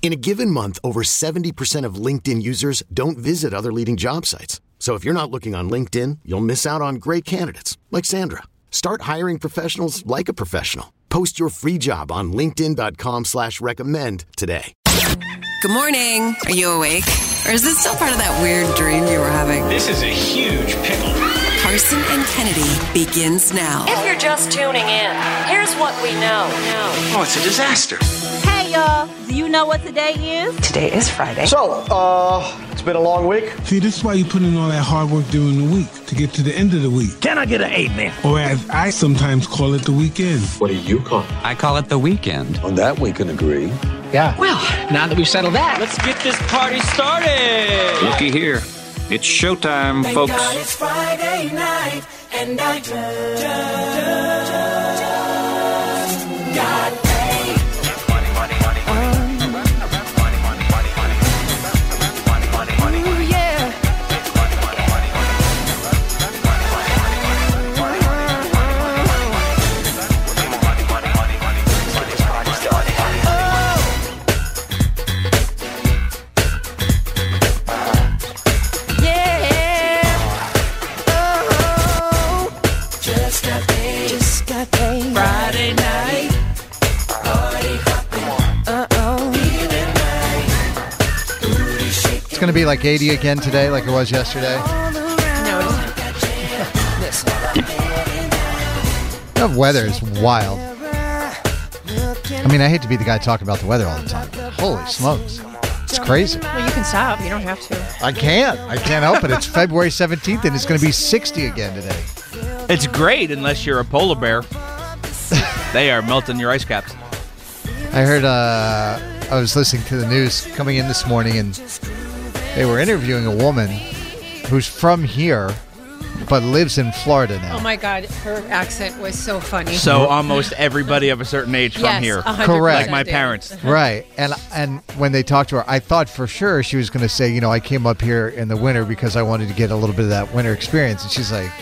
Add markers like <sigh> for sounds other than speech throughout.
In a given month, over 70% of LinkedIn users don't visit other leading job sites. So if you're not looking on LinkedIn, you'll miss out on great candidates like Sandra. Start hiring professionals like a professional. Post your free job on linkedin.com slash recommend today. Good morning. Are you awake? Or is this still part of that weird dream you were having? This is a huge pickle. Carson and Kennedy begins now. If you're just tuning in, here's what we know. Oh, it's a disaster. Hey y'all, do you know what today is? Today is Friday. So, uh, it's been a long week. See, this is why you put in all that hard work during the week to get to the end of the week. Can I get an amen? Or as I sometimes call it, the weekend. What do you call it? I call it the weekend. On that, we can agree. Yeah. Well, now that we've settled that, let's get this party started. Looky here. It's showtime, Thank folks. God it's Friday night, and I just, just got paid. Oh. Just got paid. Just got paid. Friday night. Party hopping. Uh oh. Feeling right. Booty shaking. It's going to be like 80 again today, like it was yesterday. <laughs> The weather is wild. I mean, I hate to be the guy talking about the weather all the time. but holy smokes. It's crazy. Well, you can stop. You don't have to. I can't. I can't help it. It's February 17th and it's going to be 60 again today. it's great unless you're a polar <laughs> bear. they are melting your ice caps. I heard, uh, I was listening to the news coming in this morning and they were interviewing a woman who's from here but lives in Florida now. Oh my God, her accent was so funny. So almost everybody of a certain age from Mhm. Yes, here, 100% like Correct. my dude. <laughs> parents. <laughs> Right. And and when they talked to her, I thought for sure she was going to say, you know, I came up here in the winter because I wanted to get a little bit of that winter experience. And she's like,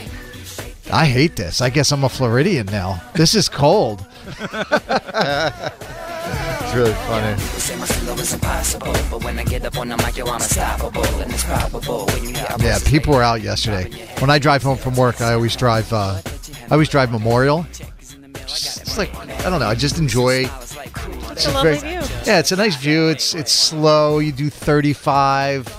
I hate this. I guess I'm a Floridian now. This is cold. it's really funny. Say my flow is impossible, but when I get up on the mic, yo, I'm unstoppable, and it's probable when you hear Yeah, people were out yesterday. When I drive home from work, I always drive. Uh, I always drive Memorial. Just- It's like I don't know. I just enjoy. It's a lovely view. Yeah, it's a nice view. It's it's slow. You do 35.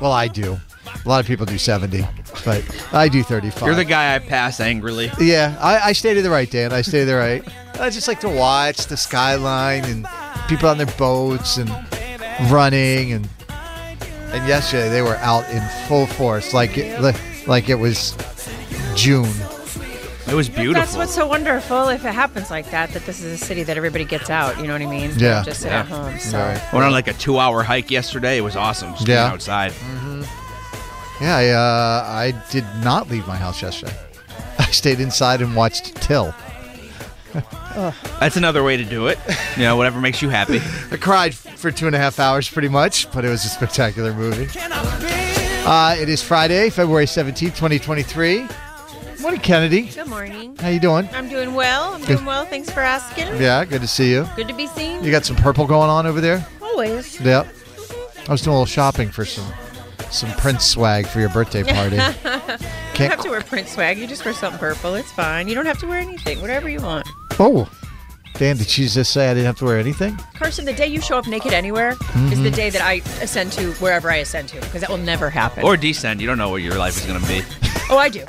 Well, I do. A lot of people do 70, but I do 35. You're the guy I pass angrily. Yeah, I, I stay to the right, Dan. I stay to the right. I just like to watch the skyline and people on their boats and running and and yesterday they were out in full force, like it, li- like it was June. It <laughs> That's was beautiful. what's so wonderful if it happens like that, that this is a city that everybody gets out. You know what I mean? Yeah. Just sit Yeah. at home. So. Right. Went on like a two-hour hike yesterday. It was awesome. Just being Yeah. outside. Mm-hmm. Yeah, I, uh, I did not leave my house yesterday. <laughs> I stayed inside and watched Till. That's another way to do it. You know, whatever makes <laughs> you happy. I cried for two and a half hours, pretty much, but it was a spectacular movie. Uh, it is Friday, February seventeenth, twenty twenty-three. Morning, Kennedy. Good morning. How you doing? I'm doing well. I'm doing well. Thanks for asking. Yeah, good to see you. Good to be seen. You got some purple going on over there. Always. Yep. I was doing a little shopping for some some Prince swag for your birthday <laughs> party. You Can't. don't have to wear print swag. You just wear something purple. It's fine. You don't have to wear anything. Whatever you want. Oh, Dan, did she just say I didn't have to wear anything? Carson, the day you show up naked anywhere Mm-hmm. is the day that I ascend to wherever I ascend to because that will never happen. Or descend. You don't know what your life is going to be. oh, I do.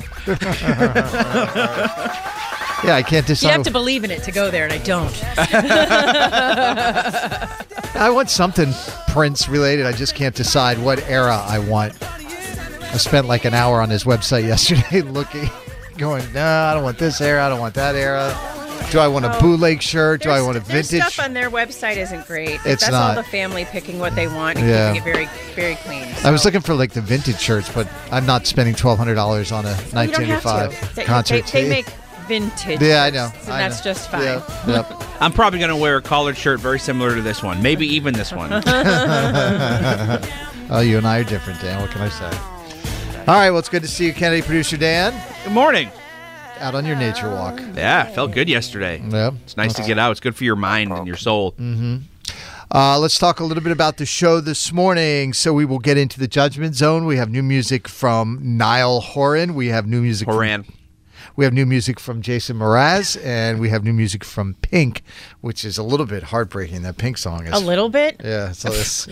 Yeah, I can't You decide. have to believe in it to go there, and I <laughs> don't. I want something Prince related. I just can't decide what era I want. I spent like an hour on his website <laughs> yesterday looking, going, no, I don't want this era. I don't want that era. Do I want a Oh, bootleg shirt? Do I Their- want a their vintage? stuff on their website isn't great. It's That's not. all the family picking what they want and Yeah. keeping it very, very clean. I was looking for like the vintage shirts, but I'm not spending twelve hundred dollars on a So you don't have 1985 to. They- concert. They, they tee. make vintage. Yeah, I know. shirts, And I that's know. just fine. <laughs> I'm probably going to wear a collared shirt very similar to this one, maybe even this one. <laughs> oh, you and I are different, Dan. What can I say? <laughs> All right, well, it's good to see you, Kennedy producer Dan. Good morning. Out on your nature walk. yeah, felt good yesterday. Yeah. It's nice to get out. It's good for your mind and your soul. hmm Uh, let's talk a little bit about the show this morning. So we will get into the judgment zone. We have new music from Niall Horan. We have new music Horan. From, we have new music from Jason Mraz, and we have new music from Pink, which is a little bit heartbreaking. That Pink song is A little bit. Yeah, so it's,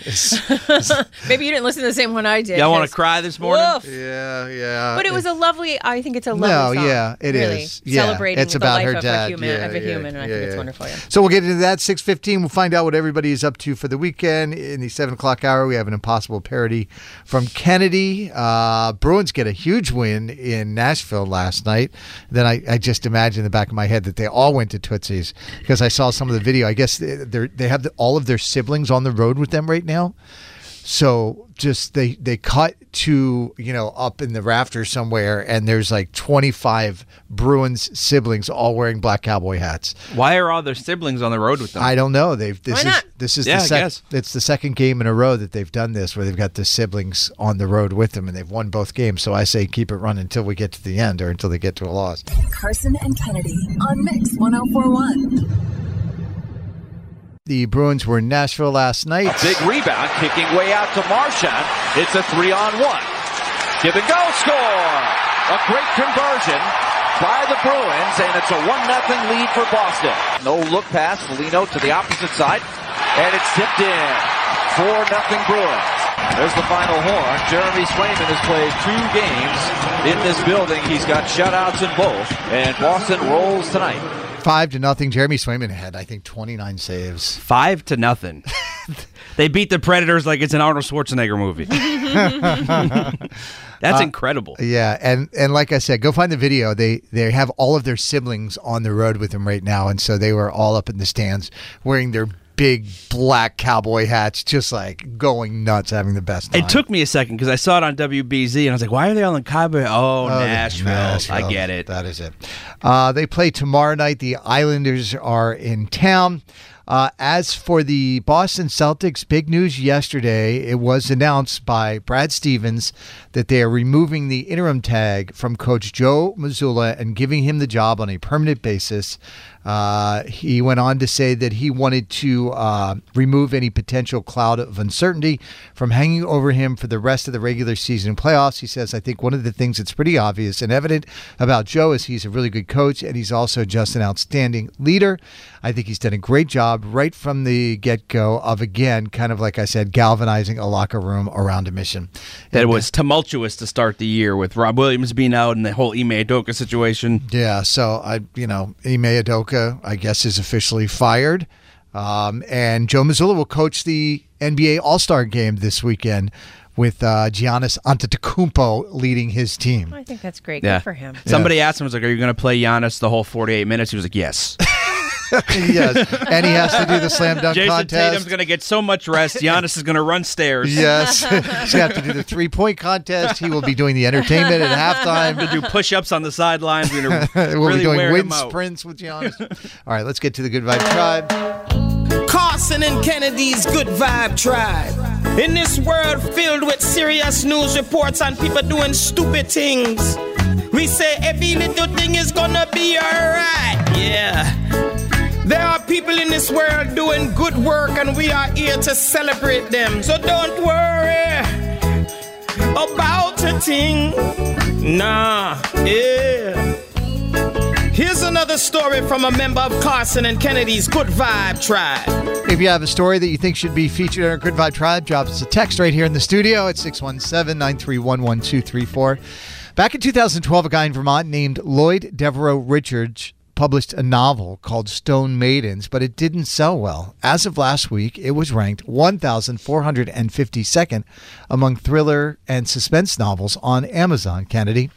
<laughs> it's Maybe you didn't listen to the same one I did. Y'all wanna 'cause- cry this morning? Woof. yeah, yeah. But it was a lovely. I think it's a lovely no, song. yeah, it is. really. Yeah, Celebrating it's the about life her of dad. a human, Yeah, of a yeah, human, and I think yeah, it's yeah. wonderful. Yeah. So we'll get into that. Six fifteen. We'll find out what everybody is up to for the weekend. In the seven o'clock hour, we have an impossible parody from Kennedy. Uh, Bruins get a huge win in Nashville last night. Then I, I just imagined in the back of my head that they all went to Tootsie's because I saw some of the video. I guess they they're- they have the, all of their siblings on the road with them right now. So just they they cut to you know up in the rafters somewhere, and there's like 25 Bruins siblings all wearing black cowboy hats. Why are all their siblings on the road with them? I don't know. They've this Why is not? this is Yeah, the I sec- guess. it's the second game in a row that they've done this where they've got the siblings on the road with them, and they've won both games. So I say keep it running until we get to the end or until they get to a loss. Carson and Kennedy on Mix 1041. The Bruins were in Nashville last night. Big rebound, kicking way out to Marshawn. It's a three on one. Give and go, score! A great conversion by the Bruins, and it's a one nothing lead for Boston. No look pass, Foligno to the opposite side, and it's tipped in. Four nothing Bruins. There's the final horn. Jeremy Swayman has played two games in this building. He's got shutouts in both, and Boston rolls tonight. Five to nothing. Jeremy Swayman had I think 29 saves. Five <laughs> to nothing. they beat the Predators like it's an Arnold Schwarzenegger <laughs> movie. That's Uh, incredible. Yeah, and and like I said, go find the video. They they have all of their siblings on the road with them right now, and so they were all up in the stands wearing their big black cowboy hats, just like going nuts, having the best time. It took me a second because I saw it on WBZ and I was like, why are they all in Cowboy? Oh, the- Nashville. I get it. That is it. Uh, they play tomorrow night. The Islanders are in town. Uh, as for the Boston Celtics, big news yesterday. It was announced by Brad Stevens that they are removing the interim tag from coach Joe Missoula and giving him the job on a permanent basis. Uh, he went on to say that he wanted to uh, remove any potential cloud of uncertainty from hanging over him for the rest of the regular season and playoffs. He says, I think one of the things that's pretty obvious and evident about Joe is he's a really good coach and he's also just an outstanding leader. I think he's done a great job right from the get go of, again, kind of like I said, galvanizing a locker room around a mission. That was tumultuous to start the year with Rob Williams being out and the whole Ime Adoka situation. Yeah, so I, you know, Ime Adoka, I guess, is officially fired, um, and Joe Mazzulla will coach the NBA All Star Game this weekend with uh, Giannis Antetokounmpo leading his team. I think that's great. <laughs> Yeah. Good for him. Somebody asked him, was like, are you going to play Giannis the whole 48 minutes? He was <laughs> like, yes. <laughs> yes, and he has to do the slam dunk Jason contest. Tatum's going to get so much rest. Giannis is going to run stairs. <laughs> Yes, <laughs> he's got to do the three point contest. He will be doing the entertainment at halftime. Going <laughs> to do push ups on the sidelines. We're going to <laughs> We'll be really doing wear wind him out. sprints with Giannis. All right, let's get to the Good Vibe Tribe. Carson and Kennedy's Good Vibe Tribe. In this world filled with serious news reports and people doing stupid things, we say every little thing is gonna be alright. Yeah. There are people in this world doing good work and we are here to celebrate them. So don't worry about a thing. Nah, yeah. Here's another story from a member of Carson and Kennedy's Good Vibe Tribe. If you have a story that you think should be featured on our Good Vibe Tribe, drop us a text right here in the studio at 617 931 1234. Back in 2012, a guy in Vermont named Lloyd Devereaux Richards published a novel called Stone Maidens, but it didn't sell well. As of last week, it was ranked 1,452nd among thriller and suspense novels on Amazon, Kennedy.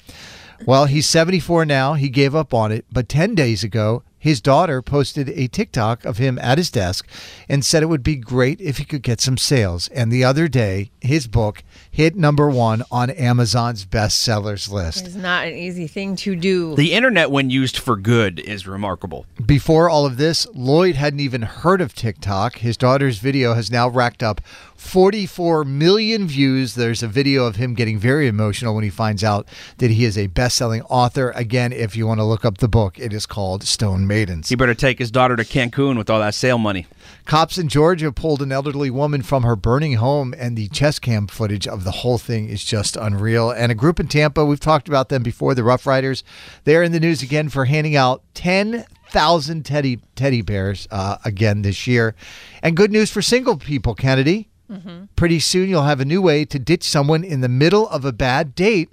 Well, he's 74 now. He gave up on it, but 10 days ago, his daughter posted a TikTok of him at his desk and said it would be great if he could get some sales. And the other day, his book hit number one on Amazon's bestsellers list. It's not an easy thing to do. The internet, when used for good, is remarkable. Before all of this, Lloyd hadn't even heard of TikTok. His daughter's video has now racked up 44 million views. There's a video of him getting very emotional when he finds out that he is a best selling author. Again, if you want to look up the book, it is called Stone Maidens. He better take his daughter to Cancun with all that sale money. Cops in Georgia pulled an elderly woman from her burning home, and the chess cam footage of the whole thing is just unreal. And a group in Tampa, we've talked about them before, the Rough Riders, they're in the news again for handing out 10 thousand teddy teddy bears uh, again this year. And good news for single people, Kennedy. Mm-hmm. Pretty soon you'll have a new way to ditch someone in the middle of a bad date.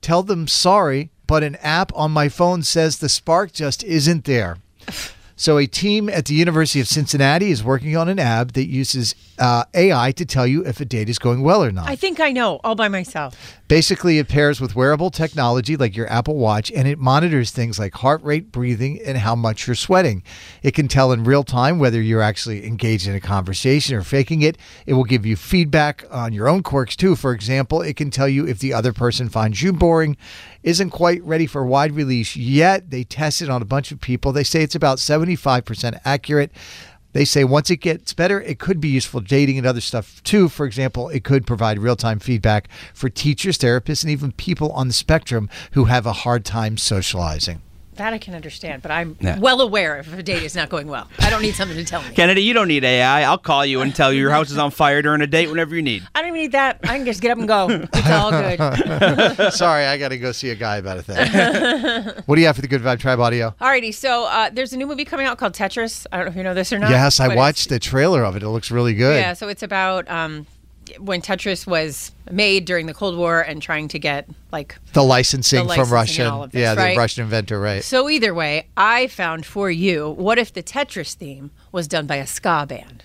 Tell them sorry, but an app on my phone says the spark just isn't there. So, a team at the University of Cincinnati is working on an app that uses uh, AI to tell you if a date is going well or not. I think I know all by myself. Basically, it pairs with wearable technology like your Apple Watch and it monitors things like heart rate, breathing, and how much you're sweating. It can tell in real time whether you're actually engaged in a conversation or faking it. It will give you feedback on your own quirks, too. For example, it can tell you if the other person finds you boring, isn't quite ready for wide release yet. They tested on a bunch of people. They say it's about 75% accurate. They say once it gets better, it could be useful dating and other stuff too. For example, it could provide real time feedback for teachers, therapists, and even people on the spectrum who have a hard time <laughs> socializing. That I can understand, but I'm yeah. well aware if a date is not going well. I don't need something to tell me. Kennedy, you don't need AI. I'll call you and tell you your house is on fire during a date whenever you need. <laughs> I don't even need that. I can just get up and go. It's <laughs> all good. Sorry, I got to go see a guy about a <laughs> thing. what do you have for the Good Vibe Tribe audio? Alrighty, so uh, there's a new movie coming out called Tetris. I don't know if you know this or not. Yes, I watched the trailer of it. It looks really good. Yeah, so it's about. Um, when Tetris was made during the Cold War and trying to get like the licensing, the licensing from Russia, yeah, right? the Russian inventor, right? So either way, I found for you, what if the Tetris theme was done by a ska band?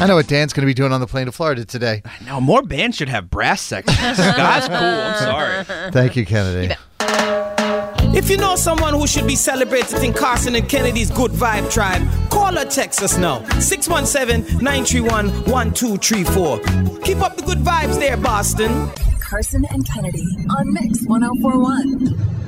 I know what Dan's going to be doing on the plane to Florida today. No, more bands should have <laughs> brass sections. That's cool. I'm sorry. Thank you, Kennedy. If you know someone who should be celebrated in Carson and Kennedy's Good Vibe Tribe, call or text us now. 617-931-1234. Keep up the good vibes there, Boston. Carson and Kennedy on Mix 1041.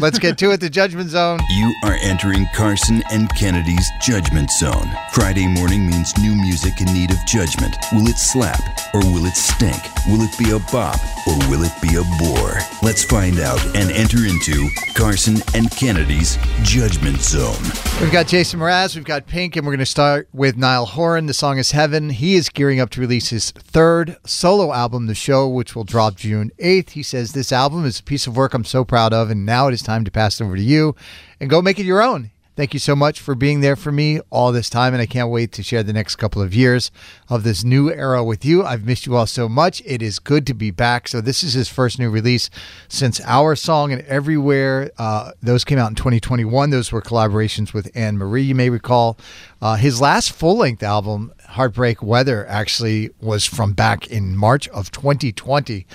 Let's get to it, the Judgment Zone. You are entering Carson and Kennedy's Judgment Zone. Friday morning means new music in need of judgment. Will it slap or will it stink? Will it be a bop or will it be a bore? Let's find out and enter into Carson and Kennedy's Judgment Zone. We've got Jason Mraz, we've got Pink, and we're going to start with Niall Horan. The song is Heaven. He is gearing up to release his third solo album, The Show, which will drop June 8th. He says, This album is a piece of work I'm so proud of, and now it is time time to pass it over to you and go make it your own. Thank you so much for being there for me all this time, and I can't wait to share the next couple of years of this new era with you. I've missed you all so much. It is good to be back. So, this is his first new release since Our Song and Everywhere. Uh, those came out in 2021. Those were collaborations with Anne Marie, you may recall. Uh, his last full length album, Heartbreak Weather, actually was from back in March of 2020.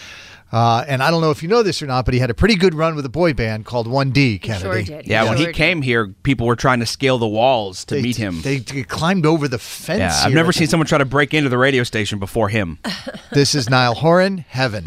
Uh, and I don't know if you know this or not, but he had a pretty good run with a boy band called 1D Kennedy. Sure did. Yeah, sure when he did. came here, people were trying to scale the walls to they, meet him. They, they, climbed over the fence. Yeah, I've here. never seen someone try to break into the radio station before him. this is Niall Horan, Heaven.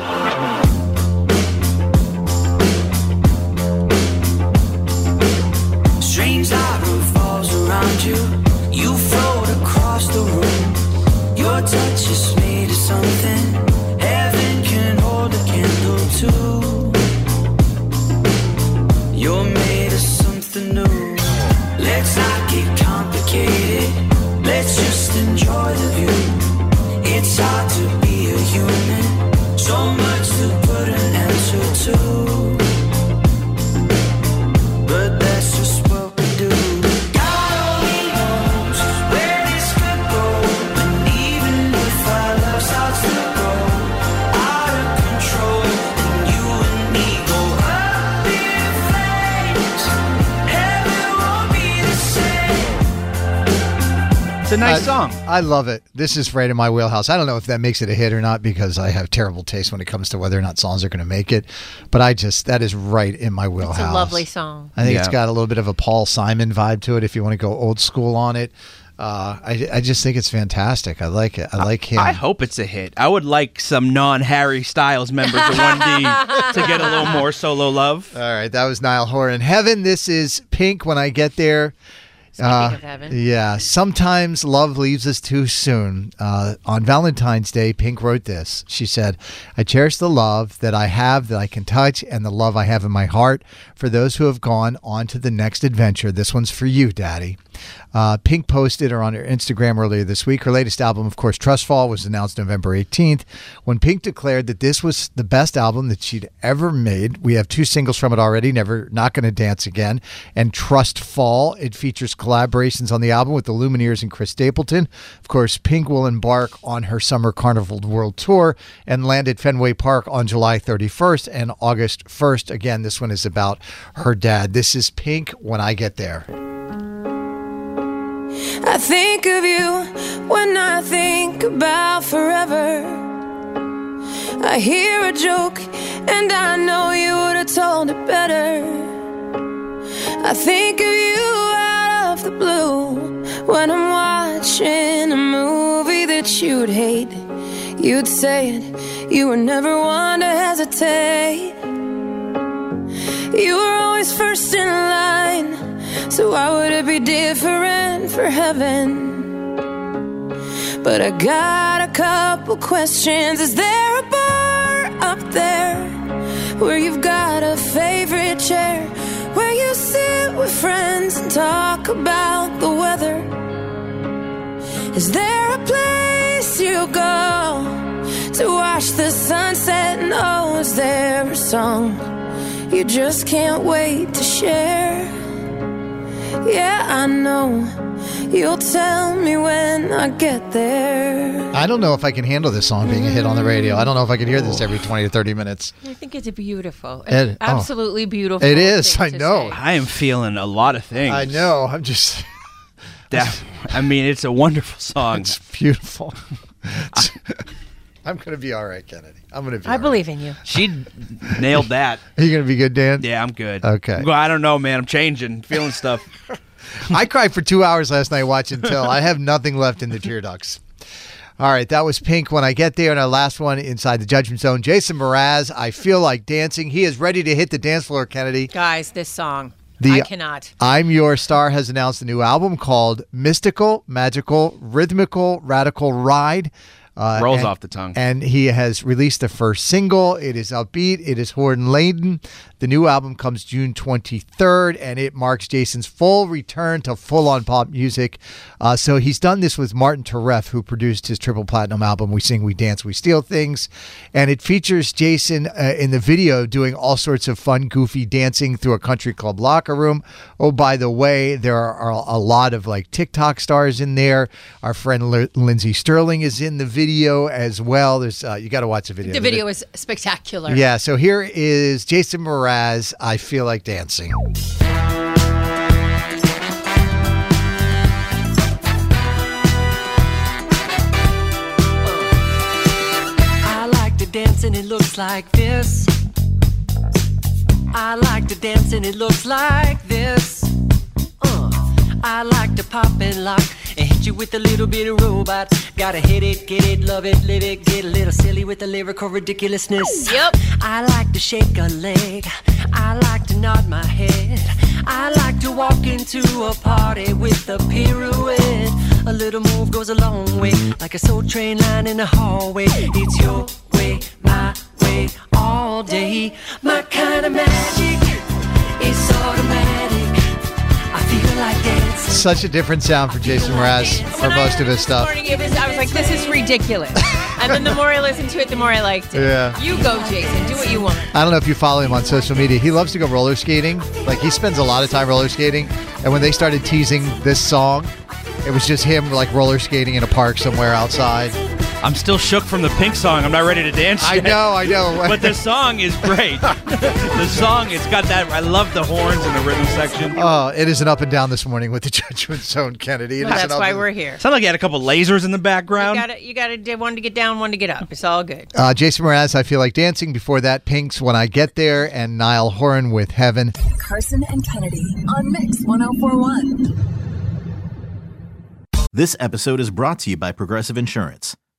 You're made of something new. Let's not get complicated. Let's just enjoy the view. It's hard to be a human. So much to put an answer to. But that's just what we do. God only knows where this could go. And even if our love starts to grow out of control, and you and me go up in flames, heaven won't be the same. It's a nice song. I love it. This is right in my wheelhouse. I don't know if that makes it a hit or not because I have terrible taste when it comes to whether or not songs are going to make it. But I just that is right in my wheelhouse. It's a lovely song. I think it's got a little bit of a Paul Simon vibe to it. If you want to go old school on it, uh, I, I just think it's fantastic. I like it. I like him. I hope it's a hit. I would like some non-Harry Styles members of 1D to get <laughs> a little more solo love. All right, that was Niall Horan. in heaven. This is Pink. When I get there. Uh, Speaking of heaven. Yeah, sometimes love leaves us too soon. Uh, on Valentine's Day, Pink wrote this. She said, I cherish the love that I have that I can touch and the love I have in my heart for those who have gone on to the next adventure. This one's for you, Daddy. Uh, Pink posted her on her Instagram earlier this week. Her latest album, of course, Trustfall, was announced November 18th when Pink declared that this was the best album that she'd ever made. We have two singles from it already Never Not Gonna Dance Again and Trustfall. It features collaborations on the album with the Lumineers and Chris Stapleton. Of course, Pink will embark on her Summer Carnival World Tour and land at Fenway Park on July 31st and August 1st. Again, this one is about her dad. This is Pink when I get there. I think of you when I think about forever. I hear a joke and I know you would have told it better. I think of you out of the blue when I'm watching a movie that you'd hate. You'd say it, you were never one to hesitate. You were always first in line. So why would it be different for heaven? But I got a couple questions. Is there a bar up there where you've got a favorite chair? Where you sit with friends and talk about the weather? Is there a place you go to watch the sunset? And oh, is there a song you just can't wait to share? Yeah, I know. You'll tell me when I get there. I don't know if I can handle this song being a hit on the radio. I don't know if I could hear this every 20 to 30 minutes. I think it's beautiful. It- It's oh. absolutely beautiful. It is, thing I to know. say. I am feeling a lot of things. I know. I'm <laughs> just That, I mean, it's a wonderful song. <laughs> beautiful. <laughs> I'm going to be all right, Kennedy. I'm going to be. I believe in you. She nailed that. Are you going to be good, Dan? Yeah, I'm good. Okay. Well, I don't know, man. I'm changing, feeling stuff. I cried for two hours last night watching Till. I have nothing left in the tear ducts. All right, that was Pink when I get there. And our last one inside the judgment zone, Jason Mraz. I feel like dancing. He is ready to hit the dance floor, Kennedy. Guys, this song. The- I cannot. I'm Your Star has announced a new album called Mystical, Magical, Rhythmical, Radical Ride. Uh, Rolls and- off the tongue. And he has released the first single. It is upbeat. It is horn laden. The new album comes June 23rd, and it marks Jason's full return to full on pop music. Uh, so he's done this with Martin Taref, who produced his triple platinum album, We Sing, We Dance, We Steal Things. And it features Jason uh, in the video doing all sorts of fun, goofy dancing through a country club locker room. Oh, by the way, there are a lot of like TikTok stars in there. Our friend Lin- Lindsay Sterling is in the video as well. There's uh, you got to watch the video. The video is spectacular. Yeah, so here is Jason Mraz. I feel like dancing. I like to dance and it looks like this. I like to dance and it looks like this. Uh, I like to pop and lock and hit you with a little bit of robot. Gotta hit it, get it, love it, live it, get a little silly with the lyrical ridiculousness. Yep. I like to shake a leg. I like to nod my head. I like to walk into a party with a pirouette. A little move goes a long way, like a soul train line in the hallway. It's your way, my way, all day. My kind of magic is so such a different sound for Jason Mraz for When I most of his this stuff. morning, it was, I was like, this is ridiculous. and then the more I listened to it, the more I liked it. Yeah. You go, Jason. Do what you want. I don't know if you follow him on social media. He loves to go roller skating. Like he spends a lot of time roller skating. And when they started teasing this song, it was just him like roller skating in a park somewhere outside. I'm still shook from the Pink song. I'm not ready to dance. I yet. know, I know. <laughs> but the song is <laughs> great. the song, it's got that. I love the horns and the rhythm section. Oh, it is an up and down this morning with the <laughs> Judgment Zone, Kennedy. It Well, is an that's up why and- we're here. Sound like you had a couple lasers in the You background. gotta, you gotta do one to get down, one to get up. It's all good. Uh, Jason Mraz, I feel like dancing. Before that, Pink's When I Get There, and Niall Horan with Heaven. Carson and Kennedy on Mix 1041. This episode is brought to you by Progressive Insurance.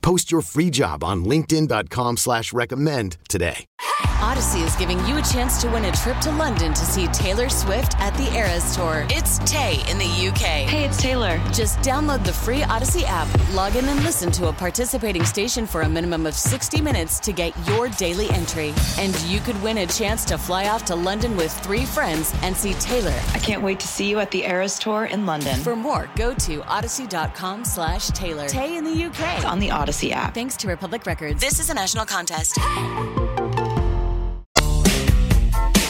Post your free job on linkedin.com/recommend slash recommend today. Odyssey is giving you a chance to win a trip to London to see Taylor Swift at the Eras Tour. It's Tay in the UK. Hey, it's Taylor. Just download the free Odyssey app, log in and listen to a participating station for a minimum of 60 minutes to get your daily entry. And you could win a chance to fly off to London with three friends and see Taylor. I can't wait to see you at the Eras Tour in London. For more, go to odyssey.com slash Taylor. Tay in the UK. It's on the Odyssey app. Thanks to Republic Records. This is a national contest.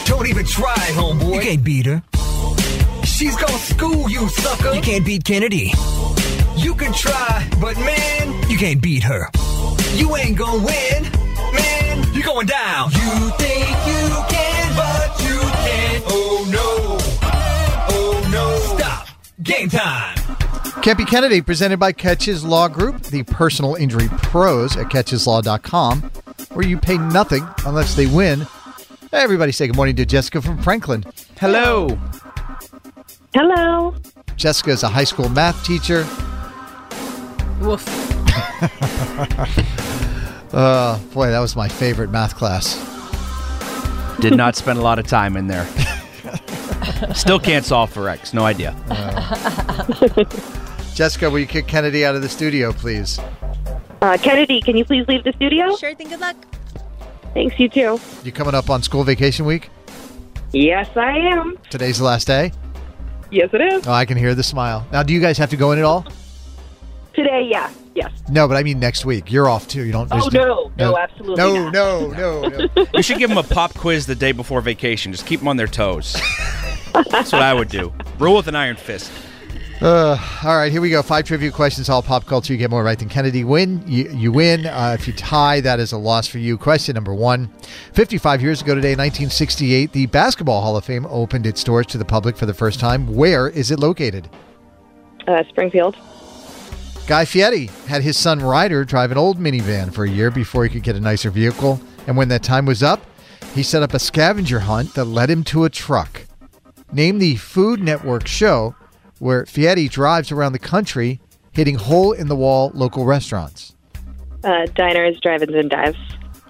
Don't even try, homeboy. You can't beat her. She's gonna school you, sucker. You can't beat Kennedy. You can try, but man, you can't beat her. You ain't gonna win, man. You're going down. You think you can, but you can't. Oh no. Oh no. Stop. Game time. Kempy Kennedy, presented by Catches Law Group, the personal injury pros at catcheslaw.com, where you pay nothing unless they win. Hey, everybody say good morning to Jessica from Franklin. Hello. Hello. Jessica is a high school math teacher. <laughs> Woof. Uh, boy, that was my favorite math class. Did not spend a lot of time in there. <laughs> Still can't solve for X. No idea. Jessica, will you kick Kennedy out of the studio, please? Uh, Kennedy, can you please leave the studio? Sure thing. Good luck. Thanks, you too. You coming up on school vacation week? Yes, I am. Today's the last day. Yes, it is. Oh, I can hear the smile. Now, do you guys have to go in at all? Today, yeah. Yes. No, but I mean next week. You're off too. You don't. Oh, there's no. No, absolutely No, not. no, no, no. We should give them a pop quiz the day before vacation. Just keep them on their toes. That's what I would do. Rule with an iron fist. Uh, all right, here we go. Five trivia questions, all pop culture. You get more right than Kennedy. Win, you, you win. Uh, if you tie, that is a loss for you. Question number one 55 years ago today, 1968, the Basketball Hall of Fame opened its doors to the public for the first time. Where is it located? Uh, Springfield. Guy Fieri had his son Ryder drive an old minivan for a year before he could get a nicer vehicle. And when that time was up, he set up a scavenger hunt that led him to a truck. Name the Food Network show where Fieri drives around the country hitting hole in the wall local restaurants. Uh, diners, drive-ins, and dives.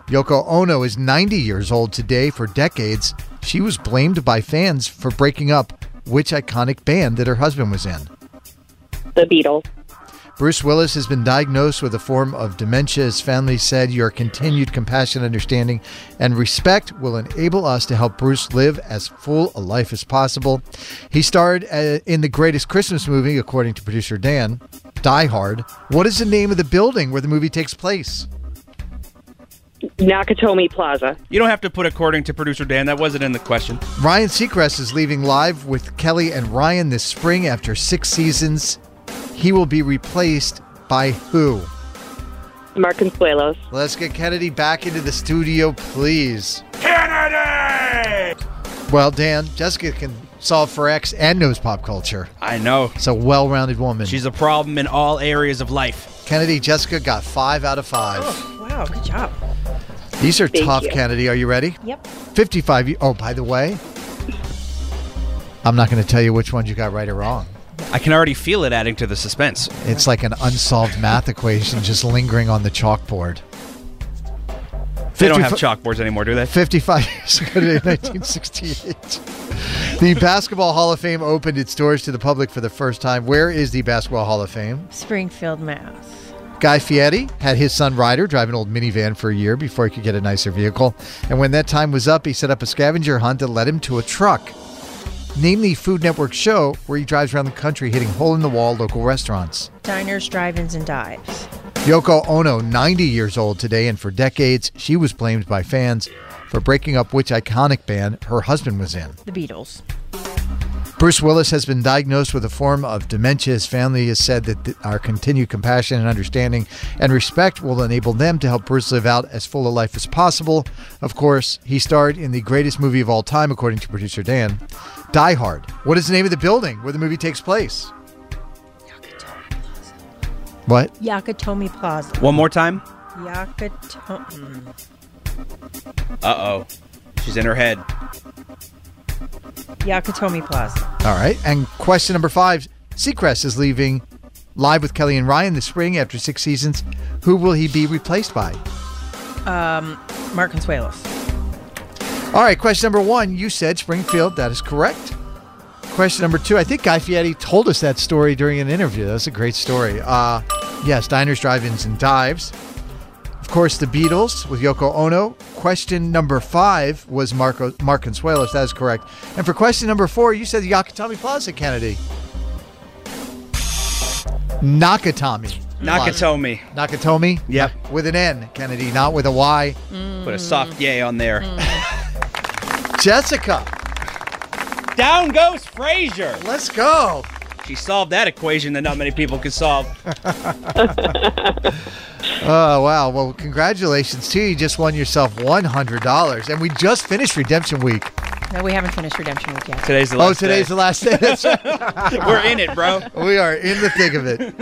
Yoko Ono is 90 years old today. For decades, she was blamed by fans for breaking up which iconic band that her husband was in. The Beatles. Bruce Willis has been diagnosed with a form of dementia. His family said, Your continued compassion, understanding, and respect will enable us to help Bruce live as full a life as possible. He starred uh, in the greatest Christmas movie, according to producer Dan, Die Hard. What is the name of the building where the movie takes place? Nakatomi Plaza. You don't have to put according to producer Dan. That wasn't in the question. Ryan Seacrest is leaving live with Kelly and Ryan this spring after six seasons. He will be replaced By who? Mark Consuelos. Let's get Kennedy back into the studio, please. Kennedy! Well, Dan, Jessica can solve for X and knows pop culture. I know. It's a well rounded woman. She's a problem in all areas of life. Kennedy, Jessica got five out of five. Oh, wow. Good job. These are Thank tough, you. Kennedy. Are you ready? Yep. 55. y- Oh, by the way, I'm not going to tell you which ones you got right or wrong. I can already feel it adding to the suspense. It's like an unsolved math equation just lingering on the chalkboard. They don't 55 have chalkboards anymore, do they? 55 <laughs> years ago today, 1968. <laughs> The Basketball Hall of Fame opened its doors to the public for the first time. Where is the Basketball Hall of Fame? Springfield, Mass. Guy Fieri had his son Ryder drive an old minivan for a year before he could get a nicer vehicle. And when that time was up, he set up a scavenger hunt that led him to a truck. Name the Food Network show where he drives around the country hitting hole in the wall local restaurants. Diners, drive ins, and dives. Yoko Ono, 90 years old today, and for decades, she was blamed by fans for breaking up which iconic band her husband was in. The Beatles. Bruce Willis has been diagnosed with a form of dementia. His family has said that th- our continued compassion and understanding and respect will enable them to help Bruce live out as full a life as possible. Of course, he starred in the greatest movie of all time, according to producer Dan Die Hard. What is the name of the building where the movie takes place? What? Yakatomi Plaza. One more time. Yakatomi. mm. Uh oh. She's in her head. Yakatomi Plaza. All right. And question number five Seacrest is leaving Live with Kelly and Ryan this spring after six seasons. Who will he be replaced by? Um, Mark Consuelos. All right, question number one. You said Springfield. That is correct. Question number two. I think Guy Fieri told us that story during an interview. That's a great story. Uh, yes, diners, drive-ins, and dives. Of course, the Beatles with Yoko Ono. Question number five was Marco Mark Consuelos. That is correct. And for question number four, you said the Yakutami Plaza, Kennedy. Nakatomi. Nakatomi. Nakatomi. Yep. With an N, Kennedy, not with a Y. Put a soft yay on there. Mm. Jessica. Down goes Frazier. Let's go. She solved that equation that not many people can solve. Oh, wow. Well, congratulations to you. You just won yourself $100. And we just finished Redemption Week. No, we haven't finished Redemption Week yet. Today's the oh, last today's day. the last day. That's <laughs> right. We're in it, <laughs> bro. We are in the thick of it.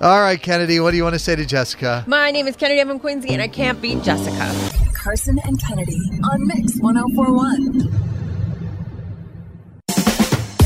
All right, Kennedy, what do you want to say to Jessica? My name is Kennedy. I'm from Quincy, and I can't beat Jessica. Carson and Kennedy on Mix 1041.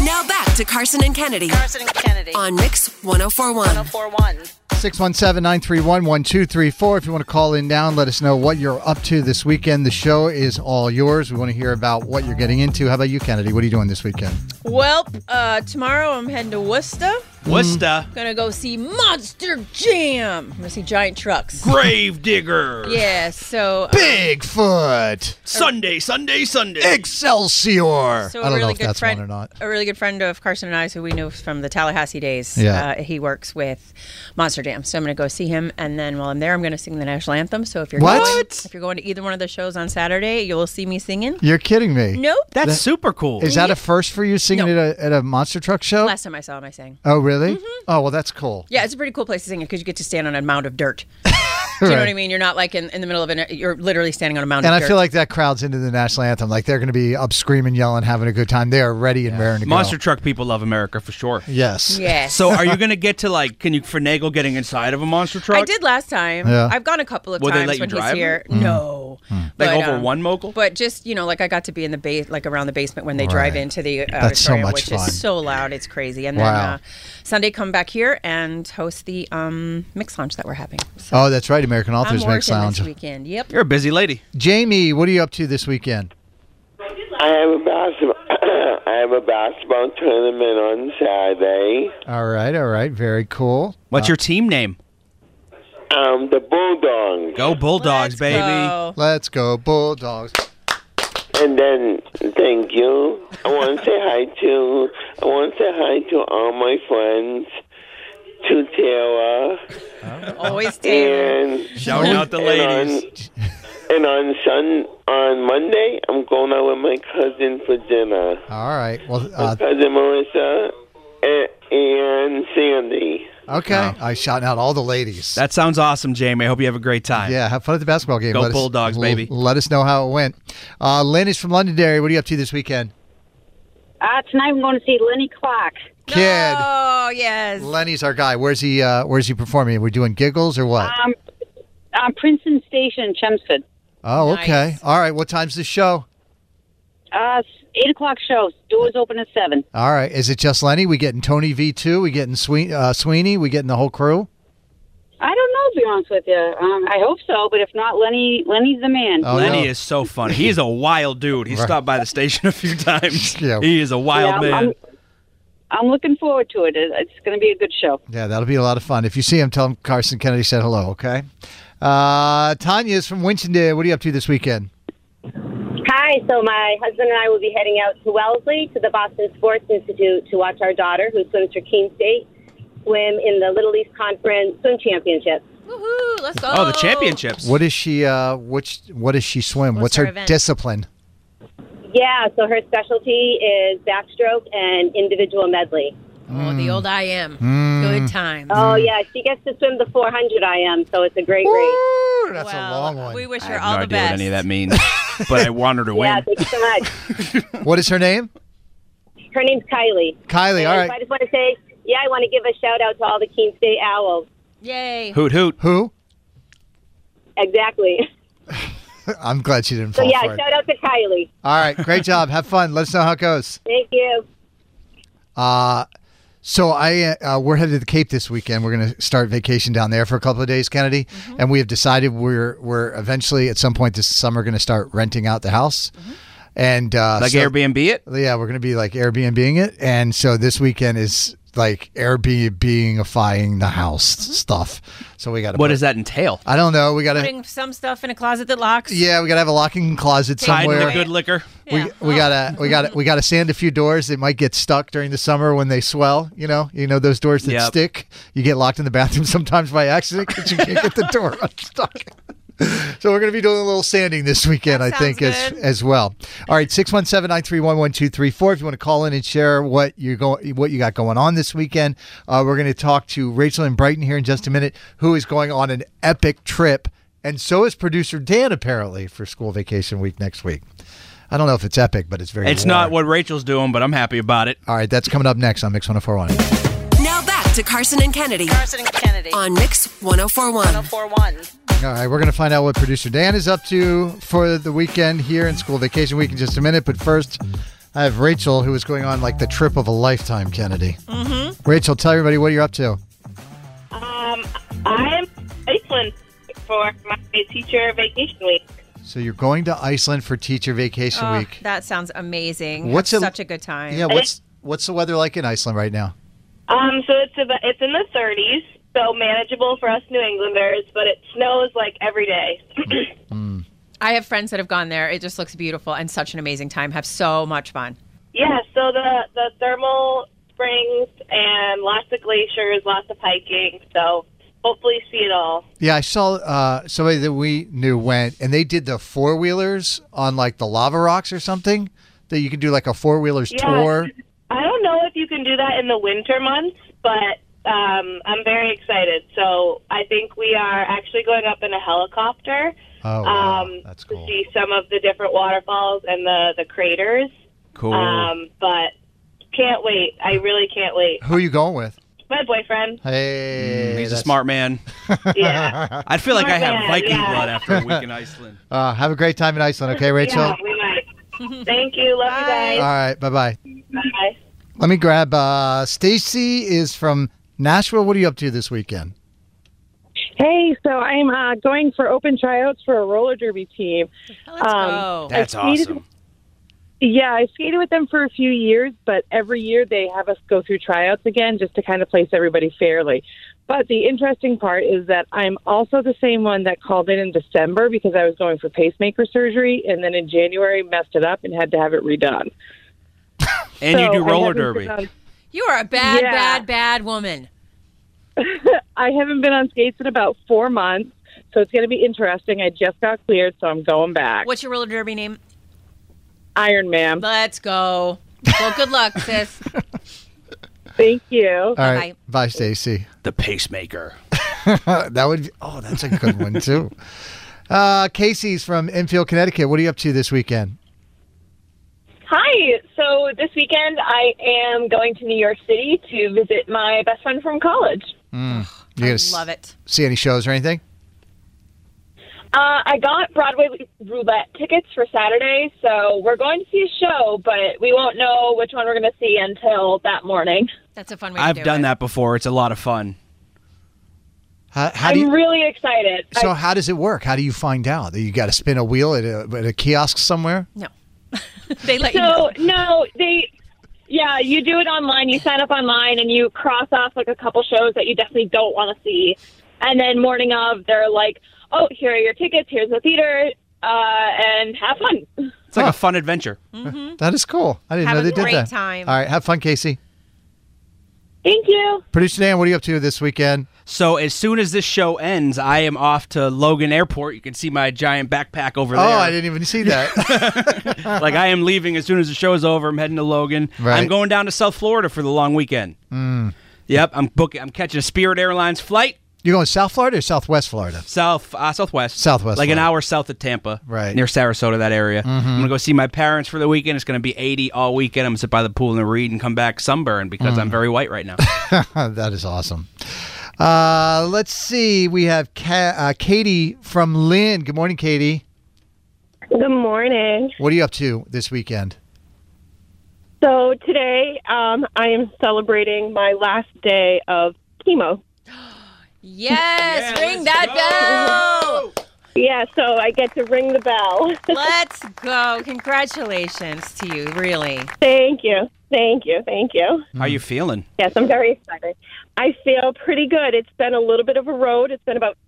Now back to Carson and Kennedy. Carson and Kennedy. On Mix 1041. 1041. 617 931 1234. If you want to call in now and let us know what you're up to this weekend, the show is all yours. We want to hear about what you're getting into. How about you, Kennedy? What are you doing this weekend? Well, uh, tomorrow I'm heading to Worcester. Worcester. Gonna go see Monster Jam. I'm gonna see giant trucks. Grave digger. Yeah, so. um, Bigfoot. Sunday, Sunday, Sunday. Excelsior. So I a don't really know if good that's friend, one or not. A really good friend of Carson and I's, who we knew from the Tallahassee days. Yeah. Uh, he works with Monster Jam, so I'm going to go see him. And then while I'm there, I'm going to sing the national anthem. So if you're What? Going, if you're going to either one of the shows on Saturday, you'll see me singing. You're kidding me. Nope. That's super cool. Is that a first for you singing at, a, at a monster truck show? Last time I saw him, I sang. oh, really? Mm-hmm. Oh, well, that's cool. Yeah, it's a pretty cool place to sing it because you get to stand on a mound of dirt. <laughs> Do you know Right. what I mean? You're not like in, in the middle of an. You're literally standing on a mound. And of I dirt. feel like that crowd's into the national anthem. Like they're going to be up screaming, yelling, having a good time. They are ready and raring to Monster go. truck people love America for sure. Yes. Yes. So are you gonna get to like? Can you finagle getting inside of a monster truck? I did last time. Yeah. I've gone a couple of Will they times let you when he's drive here. them? Mm. No. Like But, over um, one mogul? But just you know, like I got to be in the base, like around the basement when they drive Right. into the That's so auditorium, much which fun. is so loud, it's crazy. And then Wow. uh, Sunday, come back here and host the um, mix lounge that we're having. So Oh, that's right. American Authors I'm Mix working Lounge. this weekend. Yep. You're a busy lady. Jamie, what are you up to this weekend? I have a basketball. <clears throat> I have a basketball tournament on Saturday. All right. Mm. All right. Very cool. Uh, What's your team name? Um, the Bulldogs. Go Bulldogs, baby. Let's go, Bulldogs. And then, thank you. I want to say hi to. I want to say hi to all my friends. To Taylor. Always Taylor. And, Shout out the ladies. And on, and on Sun on Monday, I'm going out with my cousin for dinner. Uh, All right. Well, My uh, cousin Melissa eh, and, and Sandy. Okay. I shot out all the ladies. That sounds awesome, Jamie. I hope you have a great time. Yeah, Uh, have fun at the basketball game. Go Let us- Bulldogs, l- baby. Let us know how it went. Uh, Lynn is from Londonderry. What are you up to this weekend? Uh, tonight I'm going to see Lenny Clark. Kid. Oh, yes. Lenny's our guy. Where's he? Uh, where's he performing? We're doing giggles or what? Um, uh, Princeton Station, Chelmsford. oh, okay. All right. What time's the show? Uh, s- 8 o'clock show. Doors open at 7. All right. Is it just Lenny? We getting Tony V two? We getting Sweeney? Uh, Sweeney? We getting the whole crew? I don't know, to be honest with you. Um, I hope so, but if not, Lenny Lenny's the man. Oh, Lenny is so funny. He is a wild dude. He stopped by the station a few <laughs> times. He is a wild Yeah, I'm- man. I'm looking forward to it. It- It's going to be a good show. Yeah, that'll be a lot of fun. If you see him, tell him Carson Kennedy said hello. Okay. Uh, Tanya is from Winchester. What are you up to this weekend? Hi, so my husband and I will be heading out to Wellesley to the Boston Sports Institute to watch our daughter, who swims for Keene State, swim in the Little League Conference Swim Championship. Woohoo! Let's go. Oh, the championships. What is she? Uh, which? What does she swim? What's, her her event? discipline? Yeah, so her specialty is backstroke and individual medley. Oh, the old I am. Mm. Good time. Oh, yeah, she gets to swim the 400 I am, so it's a great race. That's a long one. We wish I her have all no the idea best. what any of that means, but I <laughs> want her to win. Yeah, thanks so much. <laughs> What is her name? Her name's Kylie. Kylie. All And I right. just want to say, yeah, I want to give a shout out to all the Keene State Owls. Yay. Hoot hoot. Who? <laughs> Exactly. I'm glad she didn't So, fall yeah, for it. shout out to Kylie. All right. Great job. Have fun. Let us know how it goes. Thank you. Uh, so I uh, we're headed to the Cape this weekend. We're going to start vacation down there for a couple of days, Kennedy, Mm-hmm. and we have decided we're we're eventually at some point this summer going to start renting out the house. Mm-hmm. And uh, Like Airbnb it? Yeah, we're going to be like Airbnbing it, and so this weekend is like Airbnbing-ifying the house Mm-hmm. stuff. So we got What does that entail? I don't know. We got to Putting some stuff in a closet that locks. yeah, we got to have a locking closet Hiding somewhere. the good liquor. We, we gotta we gotta we gotta sand a few doors that might get stuck during the summer when they swell. You know, you know those doors that Yep. stick. You get locked in the bathroom <laughs> sometimes by accident because you can't get the door unstuck. So we're gonna be doing a little sanding this weekend, I think, as as well. All right, six one seven nine three one one two three four. If you want to call in and share what you go what you got going on this weekend, uh, we're gonna talk to Rachel and Brighton here in just a minute, who is going on an epic trip, and so is producer Dan apparently for school vacation week next week. I don't know if it's epic, but it's very. It's not what Rachel's doing, but I'm happy about it. All right, that's coming up next on Mix 1041. Now back to Carson and Kennedy. Carson and Kennedy. On Mix 1041. <laughs> 1041. All right, we're going to find out what producer Dan is up to for the weekend here in school vacation week in just a minute. But first, I have Rachel, who is going on like the trip of a lifetime, Kennedy. Mhm. Mm-hmm. Rachel, tell everybody what you're up to. Um, I'm Iceland for my teacher vacation week. So you're going to Iceland for teacher vacation Oh, week. That sounds amazing. What's What's it- such a good time? Yeah, what's <laughs> what's the weather like in Iceland right now? Um, so it's about, it's in the 30s, so manageable for us New Englanders, but it snows like every day. I have friends that have gone there. It just looks beautiful and such an amazing time. Have so much fun. Yeah, so the the thermal springs and lots of glaciers, lots of hiking. So hopefully see it all. Yeah, I saw uh, somebody that we knew went, and they did the four wheelers on like the lava rocks or something. That you could do like a four wheelers Yeah. tour. I don't know if you can do that in the winter months, but um, I'm very excited. So I think we are actually going up in a helicopter. Oh, wow. um, To see some of the different waterfalls and the the craters. Cool. Um, but can't wait. I really can't wait. Who are you going with? My boyfriend. Hey, Mm, He's a that's- smart man. Yeah. I'd feel like <laughs> I Smart have man, Viking yeah. blood after a week in Iceland. Uh, have a great time in Iceland, okay, Rachel? Yeah, we might. Thank you. Love you guys. All right, bye bye. Bye. Let me grab uh, Stacy is from Nashville. What are you up to this weekend? Hey, so I'm uh, going for open tryouts for a roller derby team. Um, Let's go. That's awesome. Yeah, I skated with them for a few years, but every year they have us go through tryouts again just to kind of place everybody fairly. But the interesting part is that I'm also the same one that called in in December because I was going for pacemaker surgery, and then in January messed it up and had to have it redone. So And you do I roller haven't derby. been on- You are a bad, Yeah. bad, bad woman. <laughs> I haven't been on skates in about four months, so it's going to be interesting. I just got cleared, so I'm going back. What's your roller derby name? Iron Man. <laughs> Let's go. Well, good luck, sis. Thank you. All right. Bye, Stacy. The pacemaker. <laughs> that would be, oh, that's a good one too. Uh, Casey's from Enfield, Connecticut. What are you up to this weekend? Hi. So this weekend I am going to New York City to visit my best friend from college. Mm. You gonna love it. See any shows or anything? Uh, I got Broadway roulette tickets for Saturday, so we're going to see a show, but we won't know which one we're going to see until that morning. That's a fun way to I've do done it. that before. It's a lot of fun. How, how do I'm you, really excited. so how does it work? How do you find out? You got to spin a wheel at a, at a kiosk somewhere? they let so, you no, they. Yeah, you do it online. You sign up online and you cross off like a couple shows that you definitely don't want to see. And then morning of, they're like, "Oh, here are your tickets. Here's the theater, uh, and have fun." It's like a fun adventure. Mm-hmm. That is cool. I didn't Have know a they did great that. time. All right, have fun, Casey. Thank you. Producer Dan, what are you up to this weekend? So as soon as this show ends, I am off to Logan Airport. You can see my giant backpack over Oh, there. I didn't even see <laughs> that. like I am leaving as soon as the show is over. I'm heading to Logan. Right. I'm going down to South Florida for the long weekend. Mm. Yep, I'm booking. I'm catching a Spirit Airlines flight You're going South Florida or Southwest Florida? south uh, southwest Southwest like an Florida. hour south of Tampa, Right. near Sarasota, that area. Mhm. I'm gonna go see my parents for the weekend. It's gonna be 80 all weekend. I'm gonna sit by the pool and read and come back sunburned because Mm. I'm very <laughs> white right now. that is awesome. Uh, let's see. We have Ca- uh, Katie from Lynn. Good morning, Katie. Good morning. What are you up to this weekend? So today, um, I am celebrating my last day of chemo. Yes, ring that bell. Yeah, so I get to ring the bell. Let's go. Congratulations to you, really. <laughs> Thank you. Thank you. Thank you. How Hmm. you feeling? Yes, I'm very excited. I feel pretty good. It's been a little bit of a road. It's been about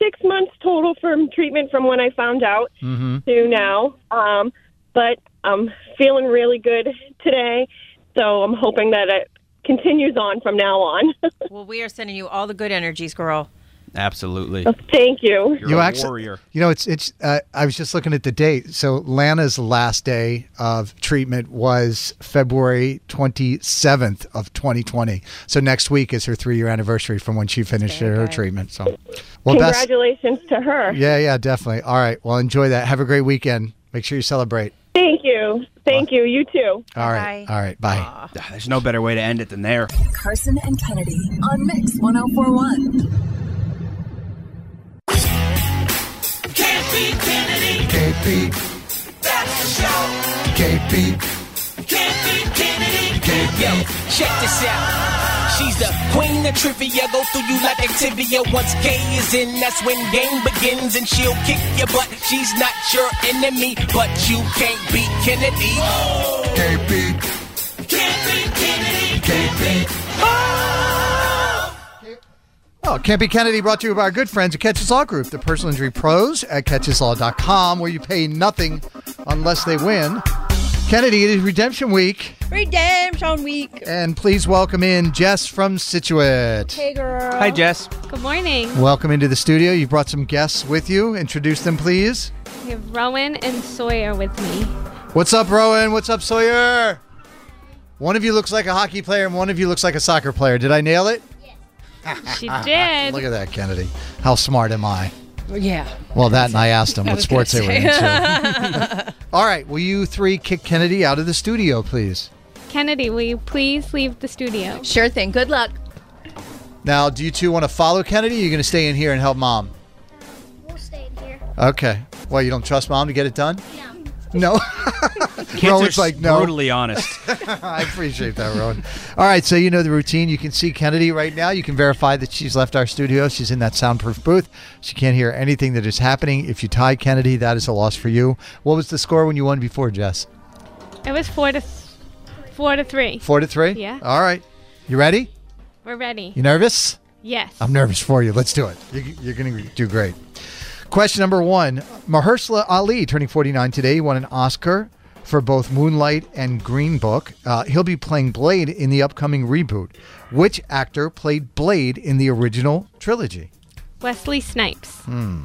six months total from treatment from when I found out Mhm. to now. Um, but I'm feeling really good today. So I'm hoping that it continues on from now on. <laughs> Well, we are sending you all the good energies, girl. Absolutely. Thank you. You're you a actually, warrior. You know, it's it's. Uh, I was just looking at the date. So Lana's last day of treatment was February twenty seventh of twenty twenty. So next week is her three year anniversary from when she finished her treatment. So, well, best. Congratulations to her. Yeah, yeah, definitely. All right. Well, enjoy that. Have a great weekend. Make sure you celebrate. Thank you. Uh, Thank you. You too. All right. All right. Bye. Ah, There's no better way to end it than there. Carson and Kennedy on Mix 1041. Can't beat Kennedy. Can't beat. That's the show. Can't beat. Can't beat Kennedy. Can't Yo, check this out. She's the queen of trivia. Go through you like Activia. Once gay is in, that's when game begins, and she'll kick your butt. She's not your enemy, but you can't beat Kennedy. Can't beat. Can't beat Kennedy. Can't beat. Oh, Campy Kennedy brought to you by our good friends at Catches Law Group, the personal injury pros at catcheslaw.com, where you pay nothing unless they win. Kennedy, it is Redemption Week, Redemption week. and please welcome in Jess from Situate. Hey, girl. Hi, Jess. Good morning. Welcome into the studio. You've brought some guests with you. Introduce them, please. We have Rowan and Sawyer with me. What's up, Rowan? What's up, Sawyer? One of you looks like a hockey player, and one of you looks like a soccer player. Did I nail it? Ah, She did. Look at that, Kennedy. How smart am I? Yeah. Well, that and I asked <laughs> them what sports they were into. into. <laughs> All right, will you three kick Kennedy out of the studio, please? Kennedy, will you please leave the studio? Sure thing. Good luck. Now, do you two want to follow Kennedy? Or are you going to stay in here and help mom? We'll stay in here. Okay. Well, you don't trust mom to get it done? No. <laughs> No. Kids are Rowan's like no. brutally honest. <laughs> I appreciate that, Rowan. All right, so you know the routine. You can see Kennedy right now. You can verify that she's left our studio. She's in that soundproof booth. She can't hear anything that is happening. If you tie Kennedy, that is a loss for you. What was the score when you won before, Jess? It was four to th- four to three. Four to three. Yeah. All right. You ready? We're ready. You nervous? Yes. I'm nervous for you. Let's do it. You, you're going to do great. Question number one Mahershala Ali, turning 49 today, He won an Oscar for both Moonlight and Green Book. Uh, he'll be playing Blade in the upcoming reboot. Which actor played Blade in the original trilogy? Wesley Snipes. Hmm.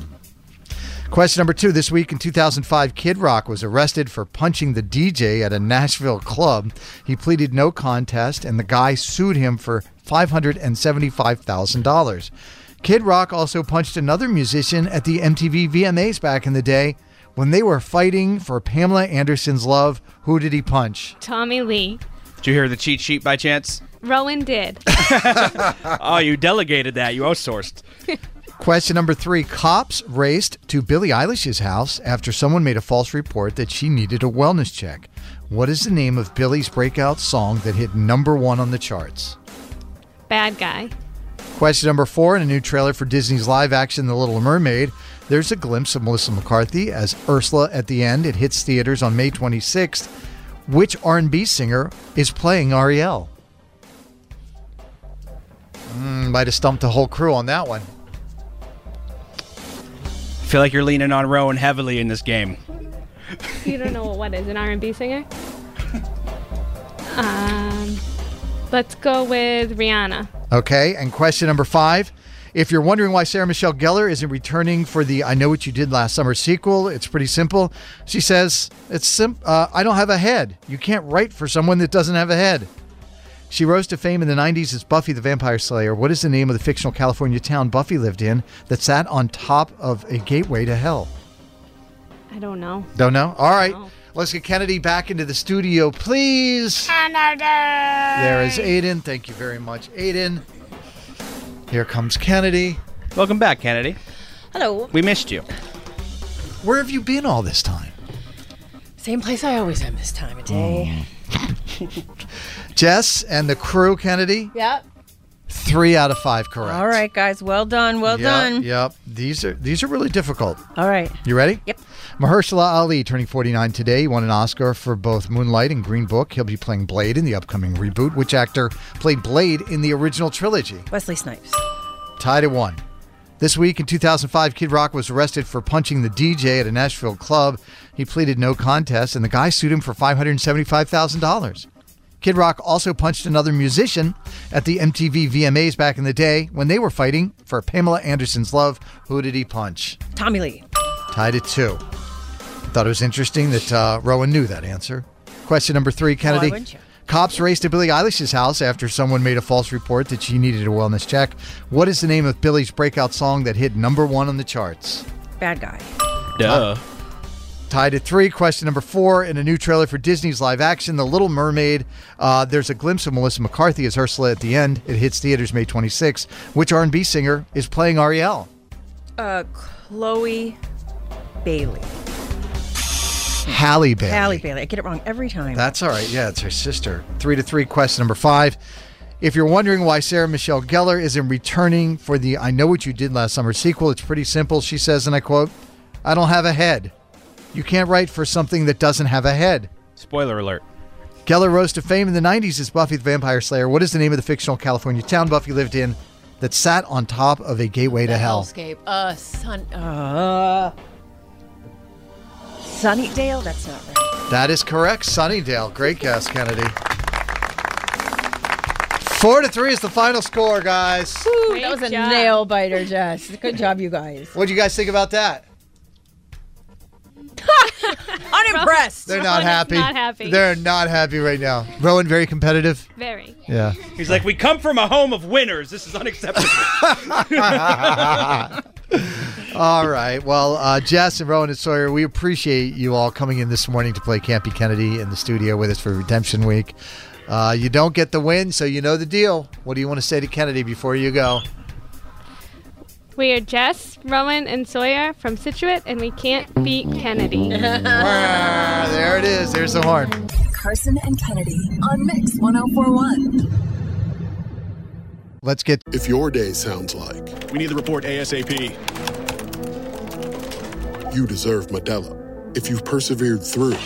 Question number two. This week in 2005, Kid Rock was arrested for punching the DJ at a Nashville club. He pleaded no contest, and the guy sued him for $575,000. Kid Rock also punched another musician at the MTV VMAs back in the day. When they were fighting for Pamela Anderson's love, who did he punch? Tommy Lee. Did you hear the cheat sheet <laughs> by chance? Rowan did. oh, you delegated that. You outsourced. Question number three Cops raced to Billie Eilish's house after someone made a false report that she needed a wellness check. What is the name of Billie's breakout song that hit number one on the charts? Bad guy. Question number four in a new trailer for Disney's live action The Little Mermaid, there's a glimpse of Melissa McCarthy as Ursula at the end. It hits theaters on May 26th. Which R&B singer is playing Ariel? Mm, might have stumped the whole crew on that one. I feel like you're leaning on Rowan heavily in this game. You don't know what is an R&B singer? Um, let's go with Rihanna. Okay, and question number five. If you're wondering why Sarah Michelle Gellar isn't returning for the I Know What You Did Last Summer sequel, it's pretty simple. She says, It's sim- uh, I don't have a head. You can't write for someone that doesn't have a head. She rose to fame in the 90s as Buffy the Vampire Slayer. What is the name of the fictional California town Buffy lived in that sat on top of a gateway to hell? I don't know. Don't know? All right. Let's get Kennedy back into the studio, please. There is Aiden. Thank you very much, Aiden. Here comes Kennedy. Welcome back, Kennedy. Hello. We missed you. Where have you been all this time? Same place I always am this time of day. Oh. Mm. Jess and the crew, Kennedy. <laughs> Yep. Three out of five correct. All right, guys. Well done. Well yep, done. Yep. These are these are really difficult. All right. You ready? Yep. Mahershala Ali turning 49 today. He won an Oscar for both Moonlight and Green Book. He'll be playing Blade in the upcoming reboot. Which actor played Blade in the original trilogy? Wesley Snipes. Tied at one. This week in 2005, Kid Rock was arrested for punching the DJ at a Nashville club. He pleaded no contest, and the guy sued him for $575,000. Kid Rock also punched another musician at the MTV VMAs back in the day when they were fighting for Pamela Anderson's love. Who did he punch? Tommy Lee. Tied at two. Thought it was interesting that uh, Rowan knew that answer. Question number three, Kennedy. wouldn't you? Cops raced to Billie Eilish's house after someone made a false report that she needed a wellness check. What is the name of Billie's breakout song that hit number one on the charts? Bad guy. Duh. Tied at three. Question number four. In a new trailer for Disney's live action, The Little Mermaid, uh, there's a glimpse of Melissa McCarthy as Ursula at the end. It hits theaters May 26. Which R&B singer is playing E Ariel? Uh, Chloe Bailey. Halle Bailey. Halle Bailey. I get it wrong every time. That's all right. Yeah, it's her sister. Three to three. Question number five. If you're wondering why Sarah Michelle Gellar isn't returning for the I Know What You Did Last Summer sequel, it's pretty simple. She says, and I quote, I don't have a head. You can't write for something that doesn't have a head. Spoiler alert. Geller rose to fame in the 90s as Buffy the Vampire Slayer. What is the name of the fictional California town Buffy lived in that sat on top of a gateway to hell? Hellscape. Uh, sun. Uh, Sunnydale. That's not right. That is correct. Sunnydale. Great guess, Kennedy. Four to three is the final score, guys. Woo, that was a nail biter, Jess. Good job, you guys. What do you guys think about that? <laughs> Unimpressed. They're not happy. They're not happy right now. Rowan, very competitive. Very. Yeah. He's like, we come from a home of winners. This <laughs> is unacceptable. all right. Well, uh, Jess and Rowan and Sawyer, we appreciate you all coming in this morning to play Campy Kennedy in the studio with us for Redemption Week. Uh, you don't get the win, so you know the deal. What do you want to say to Kennedy before you go? We are Jess, Rowan, and Sawyer from Situate, and we can't beat Kennedy. Ah, there it is. There's the horn. Carson and Kennedy on Mix 1041. Let's get. If your day sounds like. We need the report ASAP. You deserve Medella. If you've persevered through.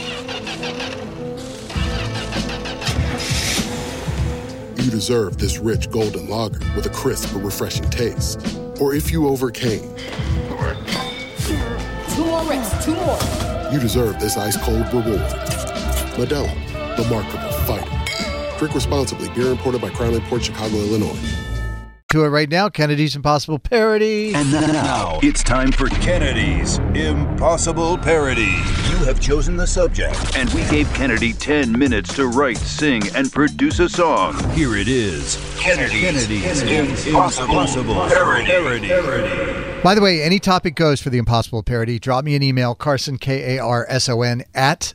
You deserve this rich golden lager with a crisp but refreshing taste. Or if you overcame, Two more reps, two more. you deserve this ice cold reward. Medella, the Markable Fighter. Drink responsibly, beer imported by Crown Port Chicago, Illinois. to it right now. Kennedy's Impossible Parody. And now it's time for Kennedy's Impossible Parody. You have chosen the subject, and we gave Kennedy 10 minutes to write, sing, and produce a song. Here it is Kennedy's, Kennedy's Impossible, Parody. By the way, any topic goes for the Impossible Parody. Drop me an email, Carson, K A R S O N, at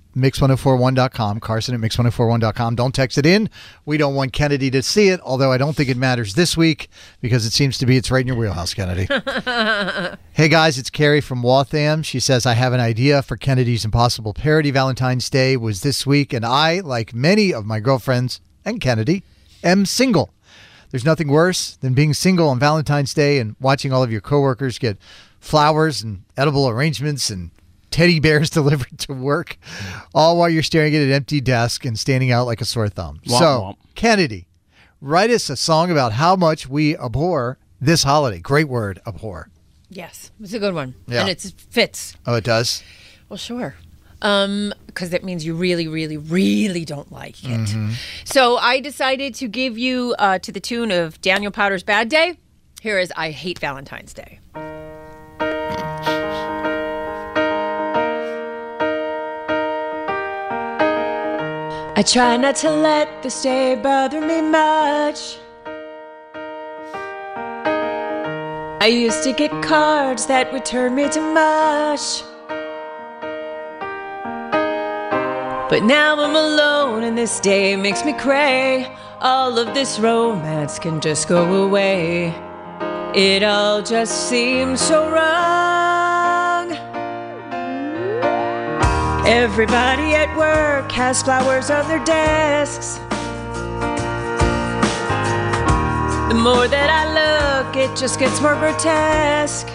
mix1041.com, Carson at mix1041.com. Don't text it in. We don't want Kennedy to see it, although I don't think it matters this week because it seems to be it's right in your wheelhouse, Kennedy. Hey guys, it's Carrie from Waltham. She says, I have an idea for Kennedy's Impossible Parody. Valentine's Day was this week, and I, like many of my girlfriends and Kennedy, am single. There's nothing worse than being single on Valentine's Day and watching all of your coworkers get flowers and edible arrangements and teddy bears <laughs> delivered to work, all while you're staring at an empty desk and standing out like a sore thumb. Womp so, womp. Kennedy, write us a song about how much we abhor this holiday. Great word, abhor. Yes, it's a good one, Yeah. and it fits. Oh, it does? Well, sure, um, because that means you really, really, really don't like Mm. it. Mm-hmm. So I decided to give you uh, to the tune of Daniel Powder's "Bad Day." Here is "I Hate Valentine's Day." I try not to let this day bother me much. I used to get cards that would turn me to mush. But now I'm alone, and this day makes me cray. All of this romance can just go away. It all just seems so wrong. Everybody at work has flowers on their desks. The more that I look, it just gets more grotesque.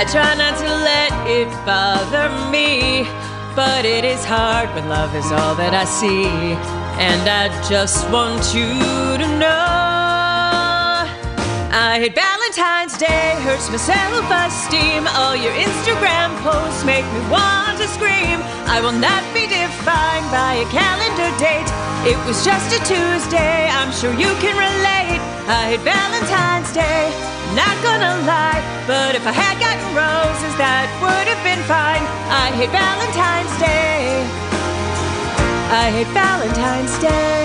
I try not to let it bother me, but it is hard when love is all that I see. And I just want you to know I hate Valentine's Day, hurts my self esteem. All your Instagram posts make me want to scream. I will not be defined by a calendar date. It was just a Tuesday, I'm sure you can relate. I hate Valentine's Day, not gonna lie. But if I had gotten roses, that would have been fine. I hate Valentine's Day. I hate Valentine's Day.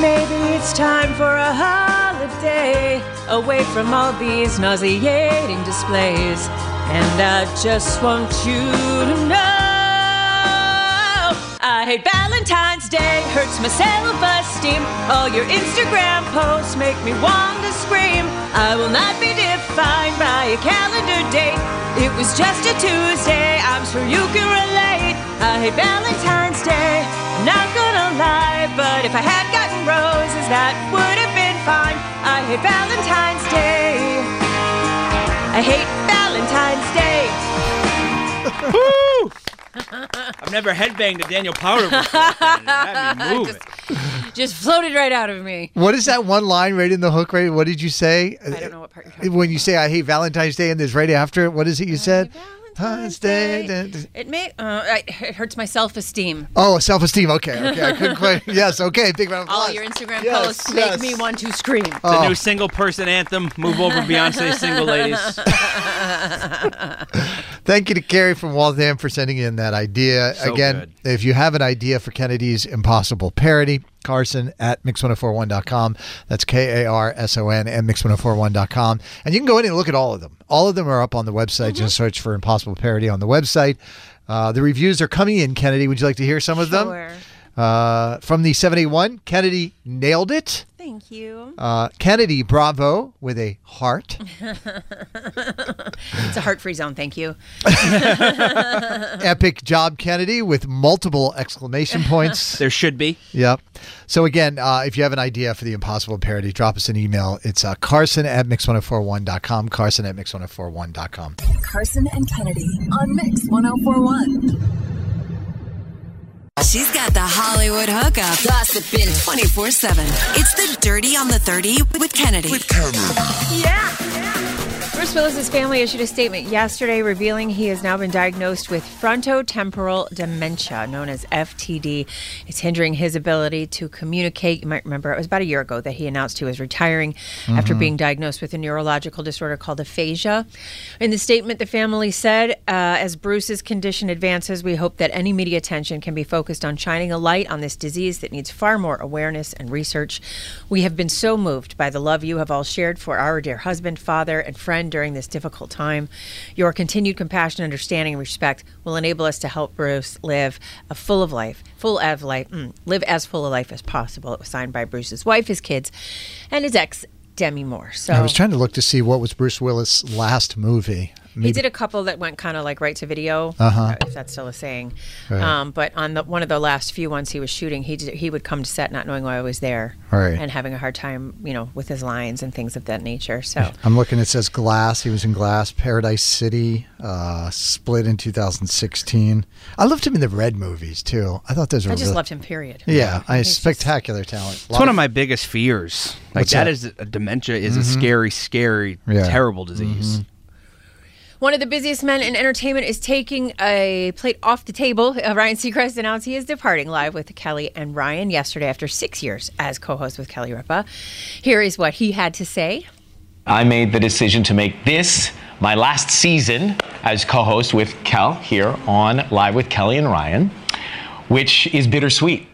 Maybe it's time for a holiday away from all these nauseating displays. And I just want you to know I hate Uh, Valentine's Day, hurts my self esteem. All your Instagram posts make me want to scream. I will not be defined by a calendar date. It was just a Tuesday, I'm sure you can relate. I hate Valentine's Day, not gonna lie, but if I had gotten roses, that would have been fine. I hate Valentine's Day. I hate Valentine's Day. I've never headbanged a Daniel Powder <laughs> before. Move it. Just floated right out of me. What is that one line right in the hook? Right, what did you say? I don't know what part you're talking When you say "I hate Valentine's Day" and there's right after it, what is it you said? Valentine's Day. da- da- It may. Uh, I- it hurts my self-esteem. Oh, self-esteem. Okay, okay, I couldn't <laughs> quite. Yes, okay. Big round of All applause. your Instagram Yes, posts yes. Oh. make me want to scream. It's a new single person anthem. Move over Beyonce's single <laughs> ladies. <laughs> Thank you to Carrie from Waltham for sending in that idea. So Again, if you have an idea for Kennedy's Impossible Parody, Carson at mix1041.com. That's K A R S O N at mix1041.com. And you can go in and look at all of them. All of them are up on the website. Just Mm-hmm. search for Impossible Parody on the website. Uh, the reviews are coming in, Kennedy. Would you like to hear some of Sure. them? Uh, from the 71, Kennedy nailed it. Thank you. Uh, Kennedy, bravo, with a <laughs> heart. <laughs> it's a heart-free zone. Thank you. <laughs> Epic job, Kennedy, with multiple exclamation points. <laughs> There should be. Yep. So, again, uh, if you have an idea for the impossible parody, drop us an email. It's uh, carson at mix1041.com. Carson at mix1041.com. Carson and Kennedy on Mix 1041. She's got the Hollywood hookup, gossiping 24 7. It's the Dirty on the 30 with Kennedy. With Kennedy. Yeah. Bruce Willis's family issued a statement yesterday revealing he has now been diagnosed with frontotemporal dementia, known as FTD. It's hindering his ability to communicate. You might remember it was about a year ago that he announced he was retiring after Mhm. being diagnosed with a neurological disorder called aphasia. In the statement, the family said, uh, as Bruce's condition advances, we hope that any media attention can be focused on shining a light on this disease that needs far more awareness and research. We have been so moved by the love you have all shared for our dear husband, father, and friend during this difficult time. Your continued compassion, understanding, and respect will enable us to help Bruce live a full of life, full of life, mm, live as full a life as possible. It was signed by Bruce's wife, his kids, and his ex, Demi Moore. So I was trying to look to see what was Bruce Willis' last movie. he did a couple that went kind of like right to video, uh, Uh-huh. if that's still a saying. Right. Um, but on the, one of the last few ones he was shooting, he did, he would come to set not knowing why I was there, Right. and having a hard time, you know, with his lines and things of that nature. So I'm looking. It says Glass. He was in Glass, Paradise City, uh, Split in 2016. I loved him in the Red movies too. I thought those were. I just really- loved him, period. Yeah, I, spectacular talent. It's one of my biggest fears. Like What's that that? is a dementia is Mhm. a scary, scary, Yeah. Mm-hmm. terrible disease. One of the busiest men in entertainment is taking a plate off the table. Uh, Ryan Seacrest announced he is departing live with Kelly and Ryan yesterday after six years as co host with Kelly Ripa. Here is what he had to say. I made the decision to make this my last season as co host with Kel here on Live with Kelly and Ryan, which is bittersweet.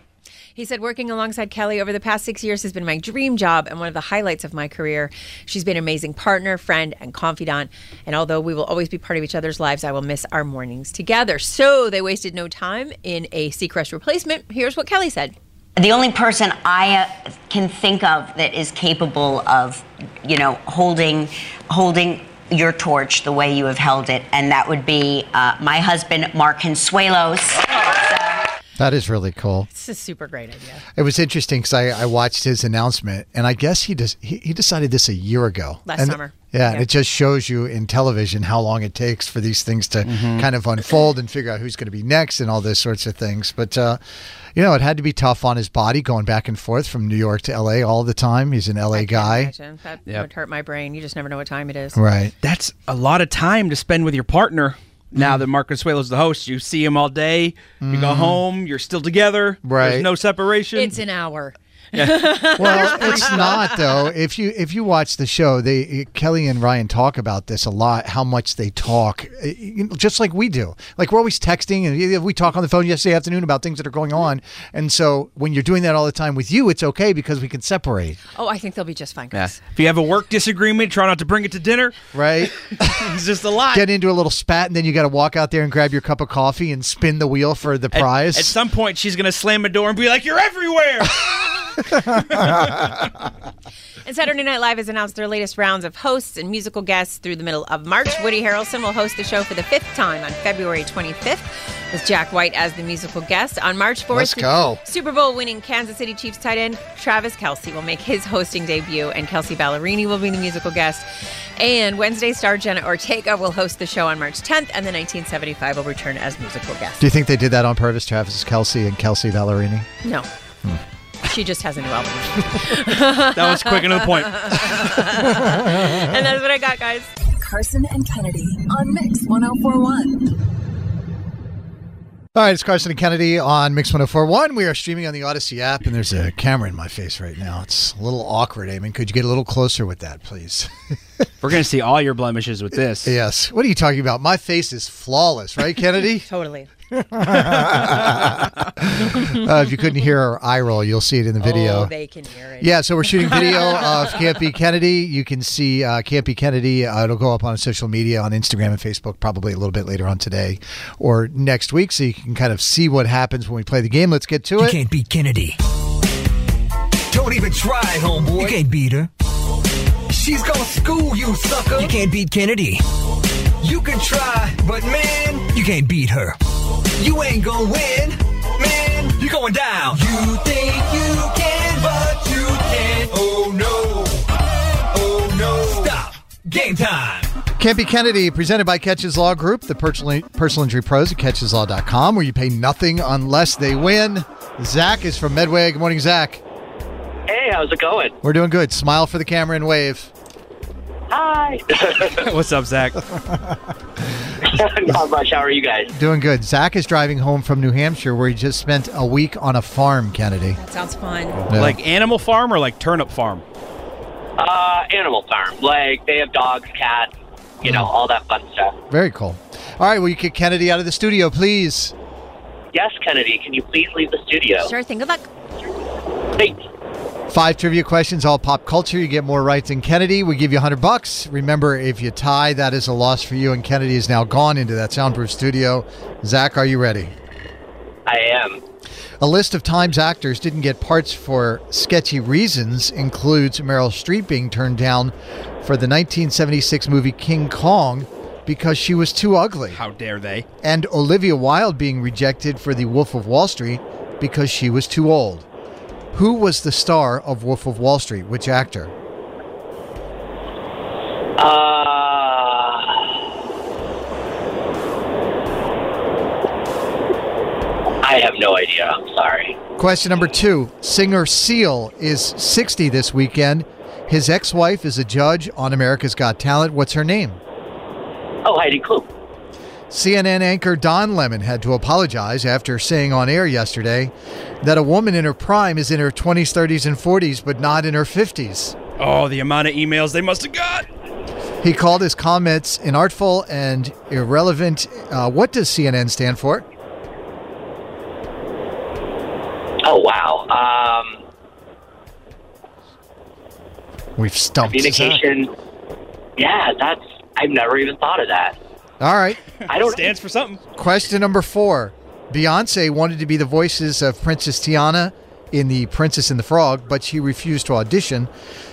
He said, working alongside Kelly over the past six years has been my dream job and one of the highlights of my career. She's been an amazing partner, friend, and confidant. And although we will always be part of each other's lives, I will miss our mornings together. So they wasted no time in a Seacrest replacement. Here's what Kelly said. The only person I uh, can think of that is capable of, you know, holding, holding your torch the way you have held it, and that would be uh, my husband, Mark Consuelos. That is really cool. This is a super great idea. It was interesting because I, I watched his announcement, and I guess he does. He, he decided this a year ago, Last And- summer. Yeah, and it just shows you in television how long it takes for these things to kind of unfold and figure out who's going to be next and all those sorts of things. But uh, you know, it had to be tough on his body going back and forth from New York to L.A. all the time. He's an L.A. guy. Imagine. That Yep. would hurt my brain. You just never know what time it is. Right. That's a lot of time to spend with your partner. Mm. Now that Marcus Suelo's the host, you see him all day. You go Mhm. home. You're still together. Right. There's no separation. It's an hour. <laughs> <laughs> well, it's not though. If you if you watch the show, they Kelly and Ryan talk about this a lot. How much they talk, eh, you know, just like we do. Like we're always texting, and we talk on the phone yesterday afternoon about things that are going on. And so when you're doing that all the time with you, it's okay because we can separate. Oh, I think they'll be just fine. Yeah. If you have a work disagreement, try not to bring it to dinner. Right. <laughs> it's just a lot. Get into a little spat, and then you got to walk out there and grab your cup of coffee and spin the wheel for the At- prize. At, some point, she's gonna slam a door and be like, <laughs> "You're everywhere." Ah, And Saturday Night Live has announced their latest rounds of hosts and musical guests through the middle of March. Woody Harrelson will host the show for the fifth time on February 25th with Jack White as the musical guest. On March 4th, Let's go. Super Bowl winning Kansas City Chiefs tight end Travis Kelsey will make his hosting debut, and Kelsey Ballerini will be the musical guest. And Wednesday star Jenna Ortega will host the show on March 10th, and the 1975 will return as musical guest. do you think they did that on purpose, Travis Kelsey and Kelsey Ballerini? <laughs> No. <laughs> She just has a new album. <laughs> That was quick and to the point. <laughs> and that's what I got, guys. Carson and Kennedy on Mix 1041. All right, it's Carson and Kennedy on Mix 1041. We are streaming on the Odyssey app, and there's a camera in my face right now. It's a little awkward, Eamon. Could you get a little closer with that, please? <laughs> We're gonna see all your blemishes with this. yes. What are you talking about? My face is flawless, right, Kennedy? <laughs> <laughs> totally. uh, if you couldn't hear our eye roll, you'll see it in the video. Oh, they can hear it. Yeah, so we're shooting video of Can't Be Kennedy. You can see uh, Can't Be Kennedy. Uh, it'll go up on social media, on Instagram and Facebook, probably a little bit later on today or next week, so you can kind of see what happens when we play the game. Let's get to it. You can't beat Kennedy. Don't even try, homeboy. You can't beat her. She's gonna school you, sucker. You can't beat Kennedy. You can try, but man, you can't beat her. You ain't gonna win, man. You're going down. You think you can, but you can't. Oh no. Oh no. Stop. Game time. Campy Kennedy, presented by Catches Law Group, the personal, personal injury pros at catcheslaw.com, where you pay nothing unless they win. Zach is from Medway. Good morning, Zach. Hey, how's it going? We're doing good. Smile for the camera and wave. <laughs> Hi. <laughs> What's up, Zach? Not much. How are you guys? <laughs> Doing good. Zach is driving home from New Hampshire, where he just spent a week on a farm, Kennedy. Sounds fun. Yeah. Like animal farm or like turnip farm? Uh, animal farm. Like they have dogs, cats, you know, all that fun stuff. Very cool. All right, will you kick Kennedy out of the studio, please? Yes, Kennedy, can you please leave the studio? Sure thing. Good luck. Thank Five trivia questions, all pop culture. You get more right than Kennedy. We give you 100 bucks. Remember, if you tie, that is a loss for you, and Kennedy is now gone into that soundproof studio. Zach, are you ready? I am. A list of times actors didn't get parts for sketchy reasons includes Meryl Streep being turned down for the 1976 movie King Kong because she was too ugly. How dare they? and Olivia Wilde being rejected for The Wolf of Wall Street because she was too old. Who was the star of Wolf of Wall Street? Which actor? Uh, I have no idea. I'm sorry. Question number two Singer Seal is 60 this weekend. His ex wife is a judge on America's Got Talent. What's her name? Oh, Heidi Klum. CNN anchor Don Lemon had to apologize after saying on air yesterday that a woman in her prime is in her 20s, 30s, and 40s, but not in her 50s. Oh, the amount of emails they must have got. He called his comments inartful and irrelevant. Uh, what does CNN stand for? Oh, wow. Um, We've stumped. Zach. communication. Yeah, that's. I've never even thought of <laughs> that. All right. I don't. Stands for something. Question number four. Beyonce wanted to be the voices of Princess Tiana in The Princess and the Frog, but she refused to audition.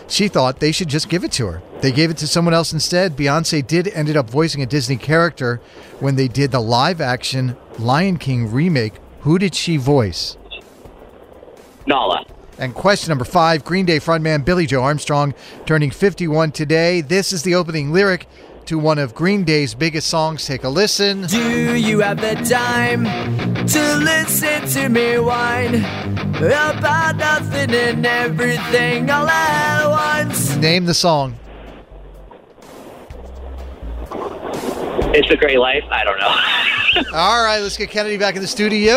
She thought they should just give it to her. They gave it to someone else instead. Beyonce did ended up voicing a Disney character when they did the live action Lion King remake. Who did she voice? Nala. And question number five Green Day frontman Billy Joe Armstrong turning 51 today. This is the opening lyric to one of Green Day's biggest songs. Take a listen. Do you have the time to listen to me whine about nothing and everything all at once? Name the <laughs> song. It's a great life. I don't know. <laughs> All right, let's get Kennedy back in the studio.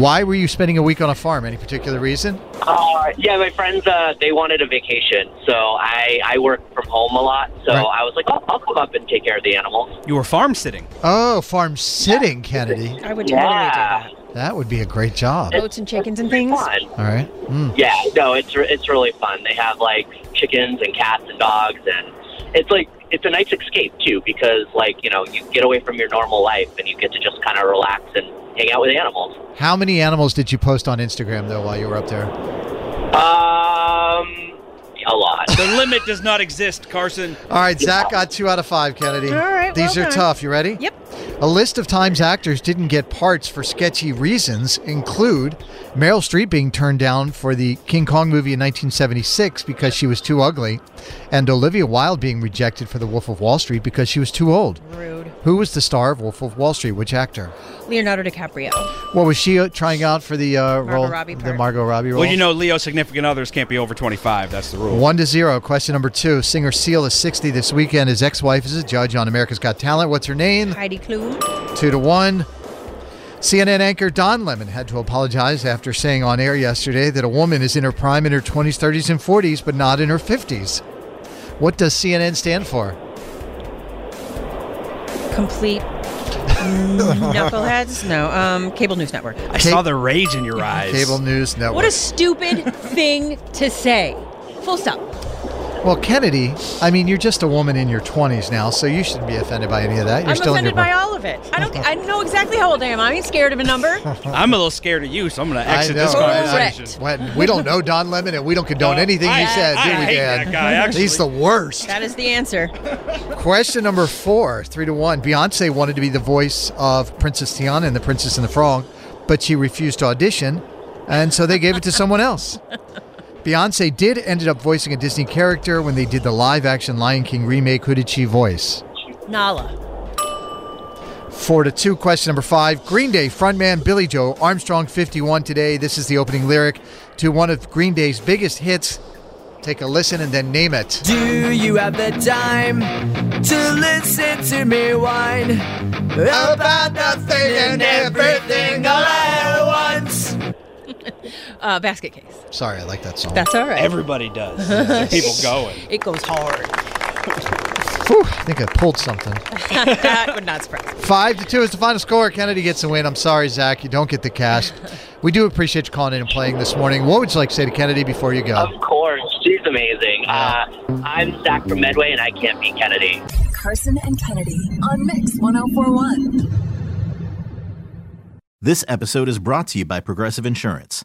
Why were you spending a week on a farm? Any particular reason? Uh, yeah, my friends, uh, they wanted a vacation, so I I work from home a lot. So Right. I was like, oh, I'll come up and take care of the animals. You were farm sitting. Oh, farm sitting, Kennedy. I would yeah, That would be a great job. totally do that. Goats and chickens and things. fun. All right. Mm. Yeah, no, it's re- it's really fun. They have like chickens and cats and dogs, and it's like it's a nice escape too because like you know you get away from your normal life and you get to just kind of relax and hang out with animals. How many animals did you post on Instagram, though, while you were up there? Um, a lot. The limit does not exist, Carson. All right, Zach got two out of five, Kennedy. All right, These well are done. tough. You ready? Yep. A list of times actors didn't get parts for sketchy reasons include Meryl Streep being turned down for the King Kong movie in 1976 because she was too ugly, and Olivia Wilde being rejected for The Wolf of Wall Street because she was too old. Rude. Who was the star of Wolf of Wall Street? Which actor? Leonardo DiCaprio. What was she uh, trying out for the uh, role? Robbie the part. Margot Robbie role. Well, you know, Leo's significant others can't be over 25. That's the rule. One to zero. Question number two. Singer Seal is 60 this weekend. His ex wife is a judge on America's Got Talent. What's her name? Heidi Klum. Two to one. CNN anchor Don Lemon had to apologize after saying on air yesterday that a woman is in her prime in her 20s, 30s, and 40s, but not in her 50s. What does CNN stand for? <laughs> Complete knuckleheads. No. Um. Cable News Network. I saw the rage in your eyes. Cable News Network. What a stupid thing to say. Full stop. well, Kennedy, I mean, you're just a woman in your 20s now, so you shouldn't be offended by any of that. You're I'm still in your offended by prime. all of it. I don't. I know exactly how old I am. I ain't scared of a number. I'm a little scared of you, so I'm going to I exit this know. conversation. When- we don't know Don Lemon, and we don't condone <laughs> No, anything I- he said, I do we, hate Dan? that guy, actually. He's the worst. That is the answer. Question number four, three to one. Beyonce wanted to be the voice of Princess Tiana in The Princess and the Frog, but she refused to audition, and so they gave it to someone else. Beyonce did ended up voicing a Disney character when they did the live action Lion King remake. Who did she voice? Nala. Four to two. Question number five. Green Day frontman Billy Joe Armstrong, 51 today. This is the opening lyric to one of Green Day's biggest hits. Take a listen and then name it. Do you have the time to listen to me whine about nothing and everything all at once? Uh, basket case. Sorry, I like that song. That's all right. Everybody <laughs> does. Get people going. It goes hard. <laughs> Whew, I think I pulled something. that would not surprise. me. Five to two is the final score. Kennedy gets the win. I'm sorry, Zach. You don't get the cash. We do appreciate you calling in and playing this morning. What would you like to say to Kennedy before you go? Of course, she's amazing. Uh, I'm Zach from Medway, and I can't beat Kennedy. Carson and Kennedy on Mix 1041. This episode is brought to you by Progressive Insurance.